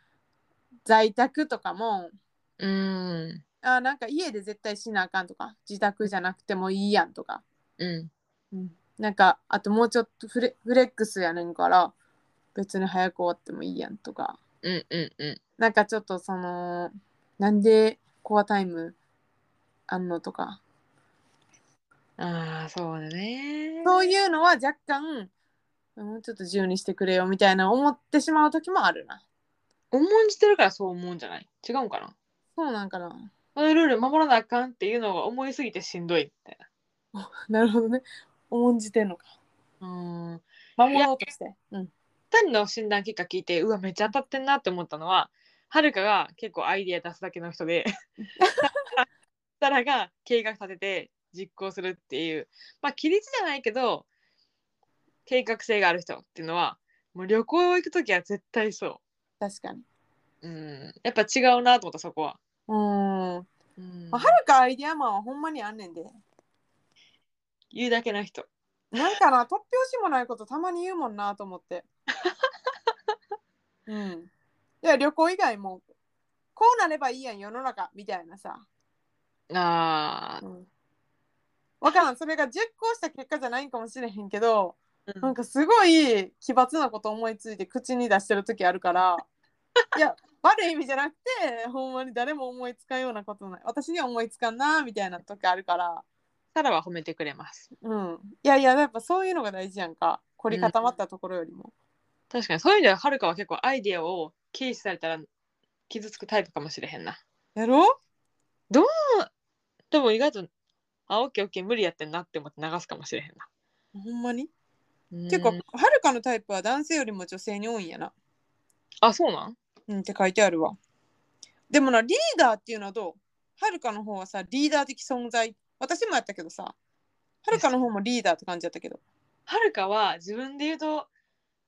Speaker 1: 在宅とかも
Speaker 2: うん
Speaker 1: あなんか家で絶対しなあかんとか自宅じゃなくてもいいやんとか、
Speaker 2: うん
Speaker 1: うんなんかあともうちょっとフレフレックスやねんから別に早く終わってもいいやんとか
Speaker 2: うんうんうん。
Speaker 1: なんかちょっとそのなんでコアタイムあんのとか
Speaker 2: ああ、そうだね。
Speaker 1: そういうのは若干もうちょっと自由にしてくれよみたいな思ってしまう時もあるな
Speaker 2: 重んじてるからそう思うんじゃない違うんかな
Speaker 1: そうなんかな
Speaker 2: このルール守らなあかんっていうのが思いすぎてしんどいみたい
Speaker 1: なるほどね重んじてんのか
Speaker 2: な。うん。
Speaker 1: 守ろうとしてうん
Speaker 2: 二人の診断結果聞いて、うわ、めっちゃ当たってんなって思ったのは、はるかが結構アイディア出すだけの人で、 たらが計画立てて実行するっていう、まあ、規律じゃないけど、計画性がある人っていうのは、もう旅行行くときは絶対そ
Speaker 1: 確かに
Speaker 2: う。うん。やっぱ違うなと思った、そこは。
Speaker 1: うーん
Speaker 2: うん
Speaker 1: まあはるかアイディアマンはほんまにあんねんで
Speaker 2: 言うだけの人。
Speaker 1: なん かな突拍子もないことたまに言うもんなと思 って。うん。いや旅行以外もこうなればいいやん世の中みたいなさ。
Speaker 2: ああ。
Speaker 1: うん、わからんそれが実行した結果じゃないんかもしれへんけど
Speaker 2: うん
Speaker 1: なんかすごい奇抜なこと思いついて口に出してる時あるからいや悪い意味じゃなくてほんまに誰も思いつかんようなことない私には思いつかんなみたいな時あるから。
Speaker 2: サラは褒めてくれます。
Speaker 1: うん、いやいややっぱそういうのが大事やんか凝り固まったところよりも、
Speaker 2: 確かにそういう意味でははるかは結構アイディアを軽視されたら傷つくタイプかもしれへんな。
Speaker 1: やろう
Speaker 2: でも意外とあオッケーオッケー無理やってんなって思って流すかもしれへんな。
Speaker 1: ほんまに
Speaker 2: 結
Speaker 1: 結構はるかのタイプは男性よりも女性に多いんやな、
Speaker 2: あそうなん
Speaker 1: うん、って書いてあるわでもなリーダーっていうのはどうはるかの方はさリーダー的存在私もやったけどさはるかの方もリーダーって感じやったけど
Speaker 2: はるかは自分で言うと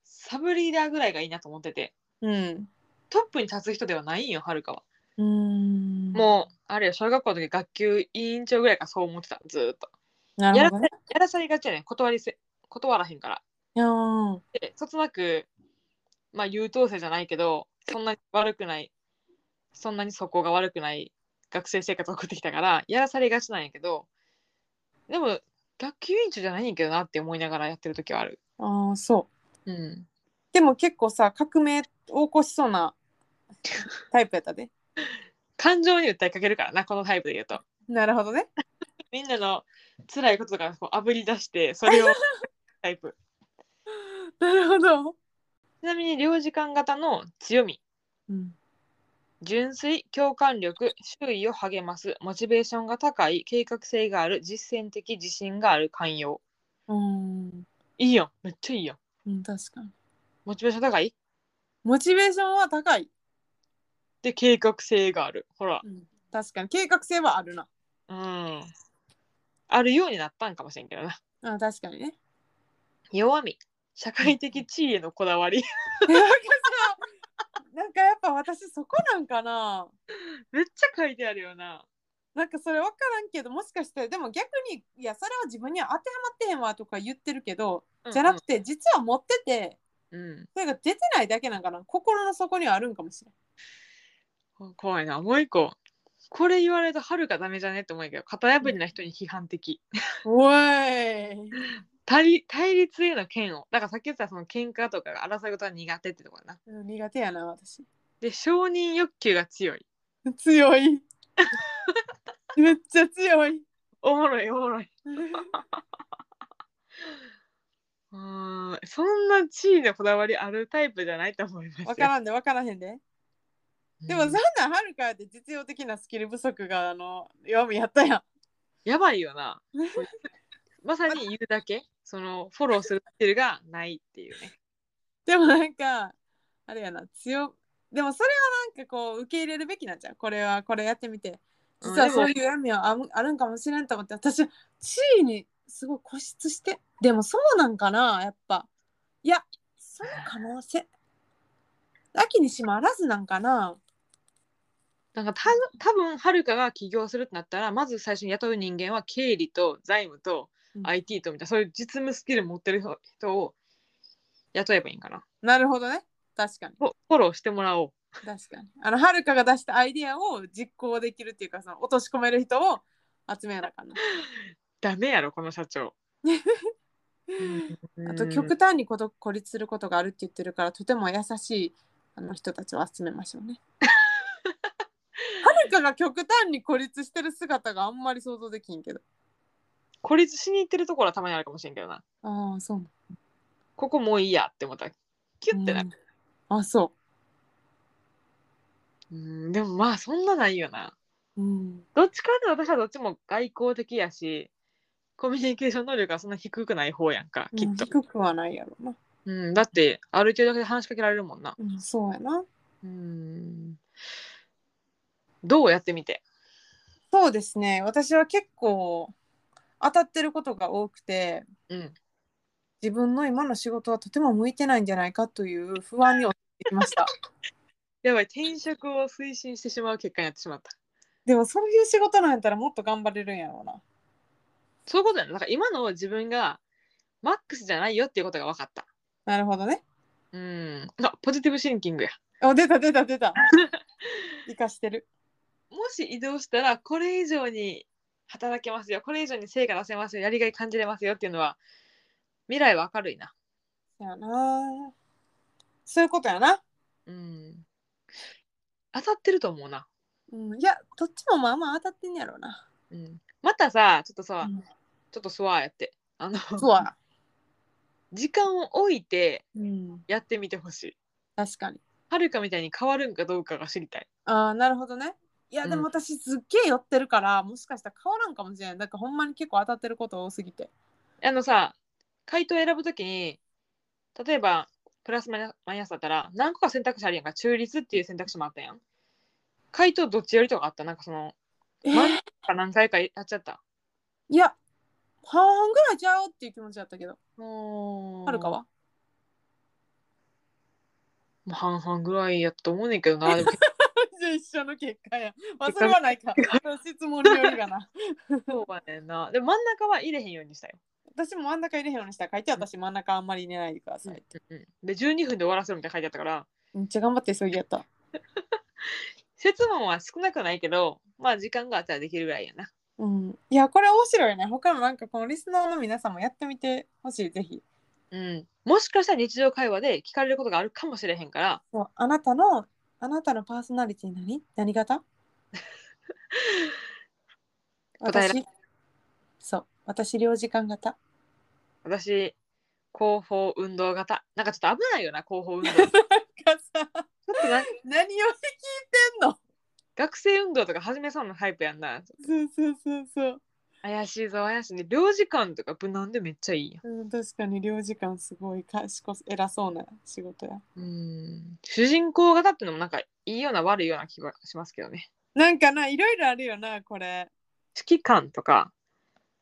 Speaker 2: サブリーダーぐらいがいいなと思ってて
Speaker 1: うん
Speaker 2: トップに立つ人ではないんよはるかは。
Speaker 1: うん
Speaker 2: もうあれよ小学校の時学級委員長ぐらいからそう思ってたずーっと。
Speaker 1: うな
Speaker 2: や
Speaker 1: る
Speaker 2: ら
Speaker 1: ほど
Speaker 2: さ
Speaker 1: ね
Speaker 2: やらされがちやねん断りせ断らへんから。
Speaker 1: いやー
Speaker 2: でそつなく、まあ、優等生じゃないけどそんなに悪くないそんなに素行が悪くない学生生活を送ってきたからやらされがちなんやけどでも学級委員長じゃないんやけどなって思いながらやってる時はある。
Speaker 1: あーそう
Speaker 2: うん、
Speaker 1: でも結構さ革命を起こしそう なタイプやったで
Speaker 2: 感情に訴えかけるからなこのタイプで言うと
Speaker 1: なるほどね
Speaker 2: みんなの辛いこととかこうあぶり出してそれをタイ プ
Speaker 1: なるほど、
Speaker 2: ちなみに領事館型の強み
Speaker 1: うん、
Speaker 2: 純粋、共感力、周囲を励ます、モチベーションが高い、計画性がある、実践的、自信がある、寛容。
Speaker 1: うん、
Speaker 2: いいよ、めっちゃいいよ。
Speaker 1: うん、確かに。
Speaker 2: モチベーション高い
Speaker 1: モチベーションは高い。
Speaker 2: で、計画性がある。ほら。
Speaker 1: 確かに計画性はあるな。
Speaker 2: うん。あるようになったんかもしれんけどな。
Speaker 1: あ、確かにね。
Speaker 2: 弱み。社会的地位へのこだわり。
Speaker 1: なんかやっぱ私そこなんかな。
Speaker 2: めっちゃ書いてあるよな。
Speaker 1: なんかそれ分からんけどもしかしてでも逆にいやそれは自分には当てはまってへんわとか言ってるけど、じゃなくて実は持ってて
Speaker 2: うん、
Speaker 1: それが出てないだけなんかな心の底にはあるんかもしれん。
Speaker 2: うん。怖いな。もう一個。これ言われると、はるかダメじゃねって思うけど、型破りな人に批判的。
Speaker 1: おい
Speaker 2: 対対立への嫌悪。だからさっき言ってたその喧嘩とか争い事は苦手ってとこだな。
Speaker 1: うん苦手やな私。
Speaker 2: で承認欲求が強い
Speaker 1: 強い。めっちゃ強い。
Speaker 2: おもろいおもろいうーんそんな地位のこだわりあるタイプじゃないと思いますよ
Speaker 1: 分からんで分からへんで。でも
Speaker 2: う
Speaker 1: そ
Speaker 2: ん
Speaker 1: んなんはるかで実用的なスキル不足があの弱みやったやん。
Speaker 2: やばいよな まさに言うだけそのフォローするスキルがないっていうね
Speaker 1: でもなんかあれやな強でもそれはなんかこう受け入れるべきなんじゃんこれはこれやってみて
Speaker 2: うん
Speaker 1: 実はそう
Speaker 2: で
Speaker 1: いう弱みはあむあるんかもしれんと思って私地位にすごい固執してでもそうなんかなやっぱいやそうかなせ秋にしもあらずなんかな
Speaker 2: なんかた多分はるかが起業するってなったらまず最初に雇う人間は経理と財務と
Speaker 1: うん
Speaker 2: IT とみたいな、そういう実務スキル持ってる人人を雇えばいいんかな
Speaker 1: なるほどね確かに
Speaker 2: フォフォローしてもらおう
Speaker 1: 確かにあのはるかが出したアイディアを実行できるっていうかその落と し込める人を集めやなあかんな
Speaker 2: ダメやろこの社長
Speaker 1: あと極端に孤独孤立することがあるって言ってるからとても優しいあの人たちを集めましょう ね。はるかが極端に孤立してる姿があんまり想像できんけど。
Speaker 2: 孤立しに行ってるところはたまにあるかもしれんけどな
Speaker 1: ああそう
Speaker 2: ここもういいやって思ったらキュッて
Speaker 1: な
Speaker 2: なる
Speaker 1: の、うんあそ
Speaker 2: うんでもまあそんなないよな
Speaker 1: う。うん、
Speaker 2: どっちかって私はどっちも外交的やしコミュニケーション能力がそんな低くない方やんかきっと、
Speaker 1: 低くはないやろな。
Speaker 2: うんだって歩いてるだけで話しかけられるもんな
Speaker 1: うん、そうやな。
Speaker 2: うんどうやってみて
Speaker 1: そうですね私は結構当たってることが多くて
Speaker 2: うん
Speaker 1: 自分の今の仕事はとても向いてないんじゃないかという不安に陥ってきま した。
Speaker 2: やばい転職を推進してしまう結果になってしまった
Speaker 1: でもそういう仕事なんやったらもっと頑張れるんやろうな。
Speaker 2: そういうことやなだから今の自分がマックスじゃないよっていうことが分かった
Speaker 1: なるほどね。
Speaker 2: うんあポジティブシンキングや
Speaker 1: お出た出た出た。 生かしてる。
Speaker 2: もし移動したらこれ以上に働けますよこれ以上に成果出せますよやりがい感じれますよっていうのは未来は明るいな
Speaker 1: やな。そういうことやな。
Speaker 2: うん当たってると思うな、
Speaker 1: うん、いや、どっちもまあまあ当たってんやろうな。
Speaker 2: うん、またさちょっとさ、
Speaker 1: うん
Speaker 2: ちょっとスワーやってあの
Speaker 1: そうや。
Speaker 2: 時間を置いて
Speaker 1: うん、
Speaker 2: やってみてほしい
Speaker 1: 確かに。
Speaker 2: はるかみたいに変わるんかどうかが知りたい
Speaker 1: ああ、なるほどね。いや、
Speaker 2: うん
Speaker 1: でも私すっげえ寄ってるから、もしかしたら変わらんかもしれない。なんかほんまに結構当たってること多すぎて。
Speaker 2: あのさ回答を選ぶときに例えばプラスマイナマイナスだったら何個か選択肢あるやんか中立っていう選択肢もあったやん回答どっちよりとかあったなんかその
Speaker 1: え
Speaker 2: 真ん中何回かやっちゃった。
Speaker 1: いや、半々ぐらいちゃうっていう気持ちだったけど。は
Speaker 2: は
Speaker 1: るかは
Speaker 2: もう半々ぐらいやったと思うねんけどな。でも
Speaker 1: じゃあ一緒の結果や。まあ、
Speaker 2: 結
Speaker 1: そ
Speaker 2: 果
Speaker 1: れはないか。質問によりがな。
Speaker 2: そうやねんな。でも真ん中は入れへんようにしたよ。
Speaker 1: 私も真ん中入れへんようにしたら書いて私真ん中あんまり入れないでください。
Speaker 2: うんで12分で終わらせるみたいな書いてあったから
Speaker 1: めっちゃ頑張って急ぎやった。
Speaker 2: 質問は少なくないけどまあ時間があったらできるぐらいやな。
Speaker 1: うん。いや、これ面白いね。他のなんかこのリスナーの皆さんもやってみてほしい、ぜひ。
Speaker 2: うん、もしかしたら日常会話で聞かれることがあるかもしれへんから
Speaker 1: そうあなたの、あなたのパーソナリティ何何型
Speaker 2: 答えら
Speaker 1: 私そう。私、領事館型。
Speaker 2: 私広報運動型なんかちょっと危ないよな広報運動ちょっとなんか
Speaker 1: 何を聞いてんの
Speaker 2: 学生運動とか始めそうなタイプやんな
Speaker 1: そうそうそうそう。
Speaker 2: 怪しいぞ怪しいね領事館とか無難でめっちゃいいやん
Speaker 1: うん、確かに領事館すごい賢す偉そうな仕事や。
Speaker 2: うん主人公型ってのもなんかいいような悪いような気がしますけどね
Speaker 1: なんかないろいろあるよなこれ。
Speaker 2: 指揮官とか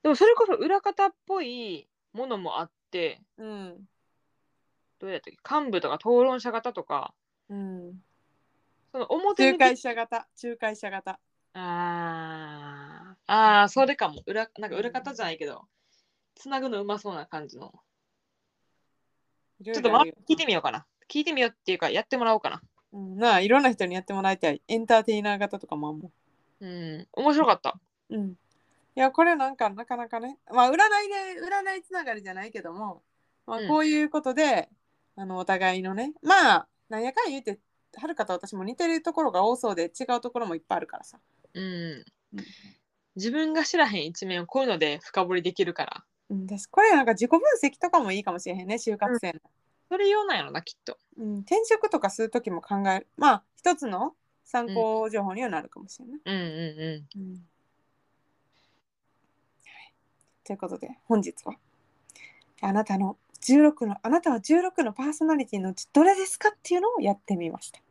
Speaker 2: でもそれこそ裏方っぽいものもあって
Speaker 1: うん。
Speaker 2: どうやったっけ幹部とか討論者型とか
Speaker 1: うん。
Speaker 2: その表
Speaker 1: 仲介
Speaker 2: 向き
Speaker 1: 者型仲介者型。
Speaker 2: あーあーそれかも裏なんか裏方じゃないけどつなぐのうまそうな感じの
Speaker 1: ちょ
Speaker 2: ちょっとま聞いてみようかな聞いてみようっていうかやってもらおうかな
Speaker 1: うん、なあいろんな人にやってもらいたい。エンターテイナー型とかもあんも
Speaker 2: うん面白かった
Speaker 1: ん。うん。いやこれなんかなかなかねまあ占いで占いつながりじゃないけども、まあ
Speaker 2: うん、
Speaker 1: こういうことで、あのお互いのねまあなんやかんや言うてはるかと私も似てるところが多そうで違うところもいっぱいあるからさ。
Speaker 2: うん
Speaker 1: うん
Speaker 2: 自分が知らへん一面をこういうので深掘りできるから
Speaker 1: うん、ですこれなんか自己分析とかもいいかもしれへんね就活生の、
Speaker 2: それ用なんやろなきっと
Speaker 1: うん転職とかする時も考えるまあ一つの参考情報にはなるかもしれない、
Speaker 2: うんうんう
Speaker 1: うんはいということで本日はあなたの16のあなたは16のパーソナリティのうちどれですかっていうのをやってみました
Speaker 2: ん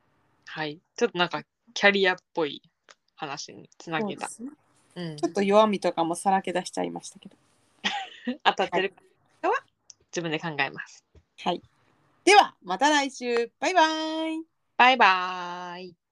Speaker 2: はいちょっとなんかキャリアっぽい話につなげた
Speaker 1: そうですね
Speaker 2: う、ん
Speaker 1: ちょ、っと弱みとかもさらけ出しちゃいましたけど
Speaker 2: 当たってるかは自分で考えます
Speaker 1: はいではまた来週バイバイ
Speaker 2: バイバーイ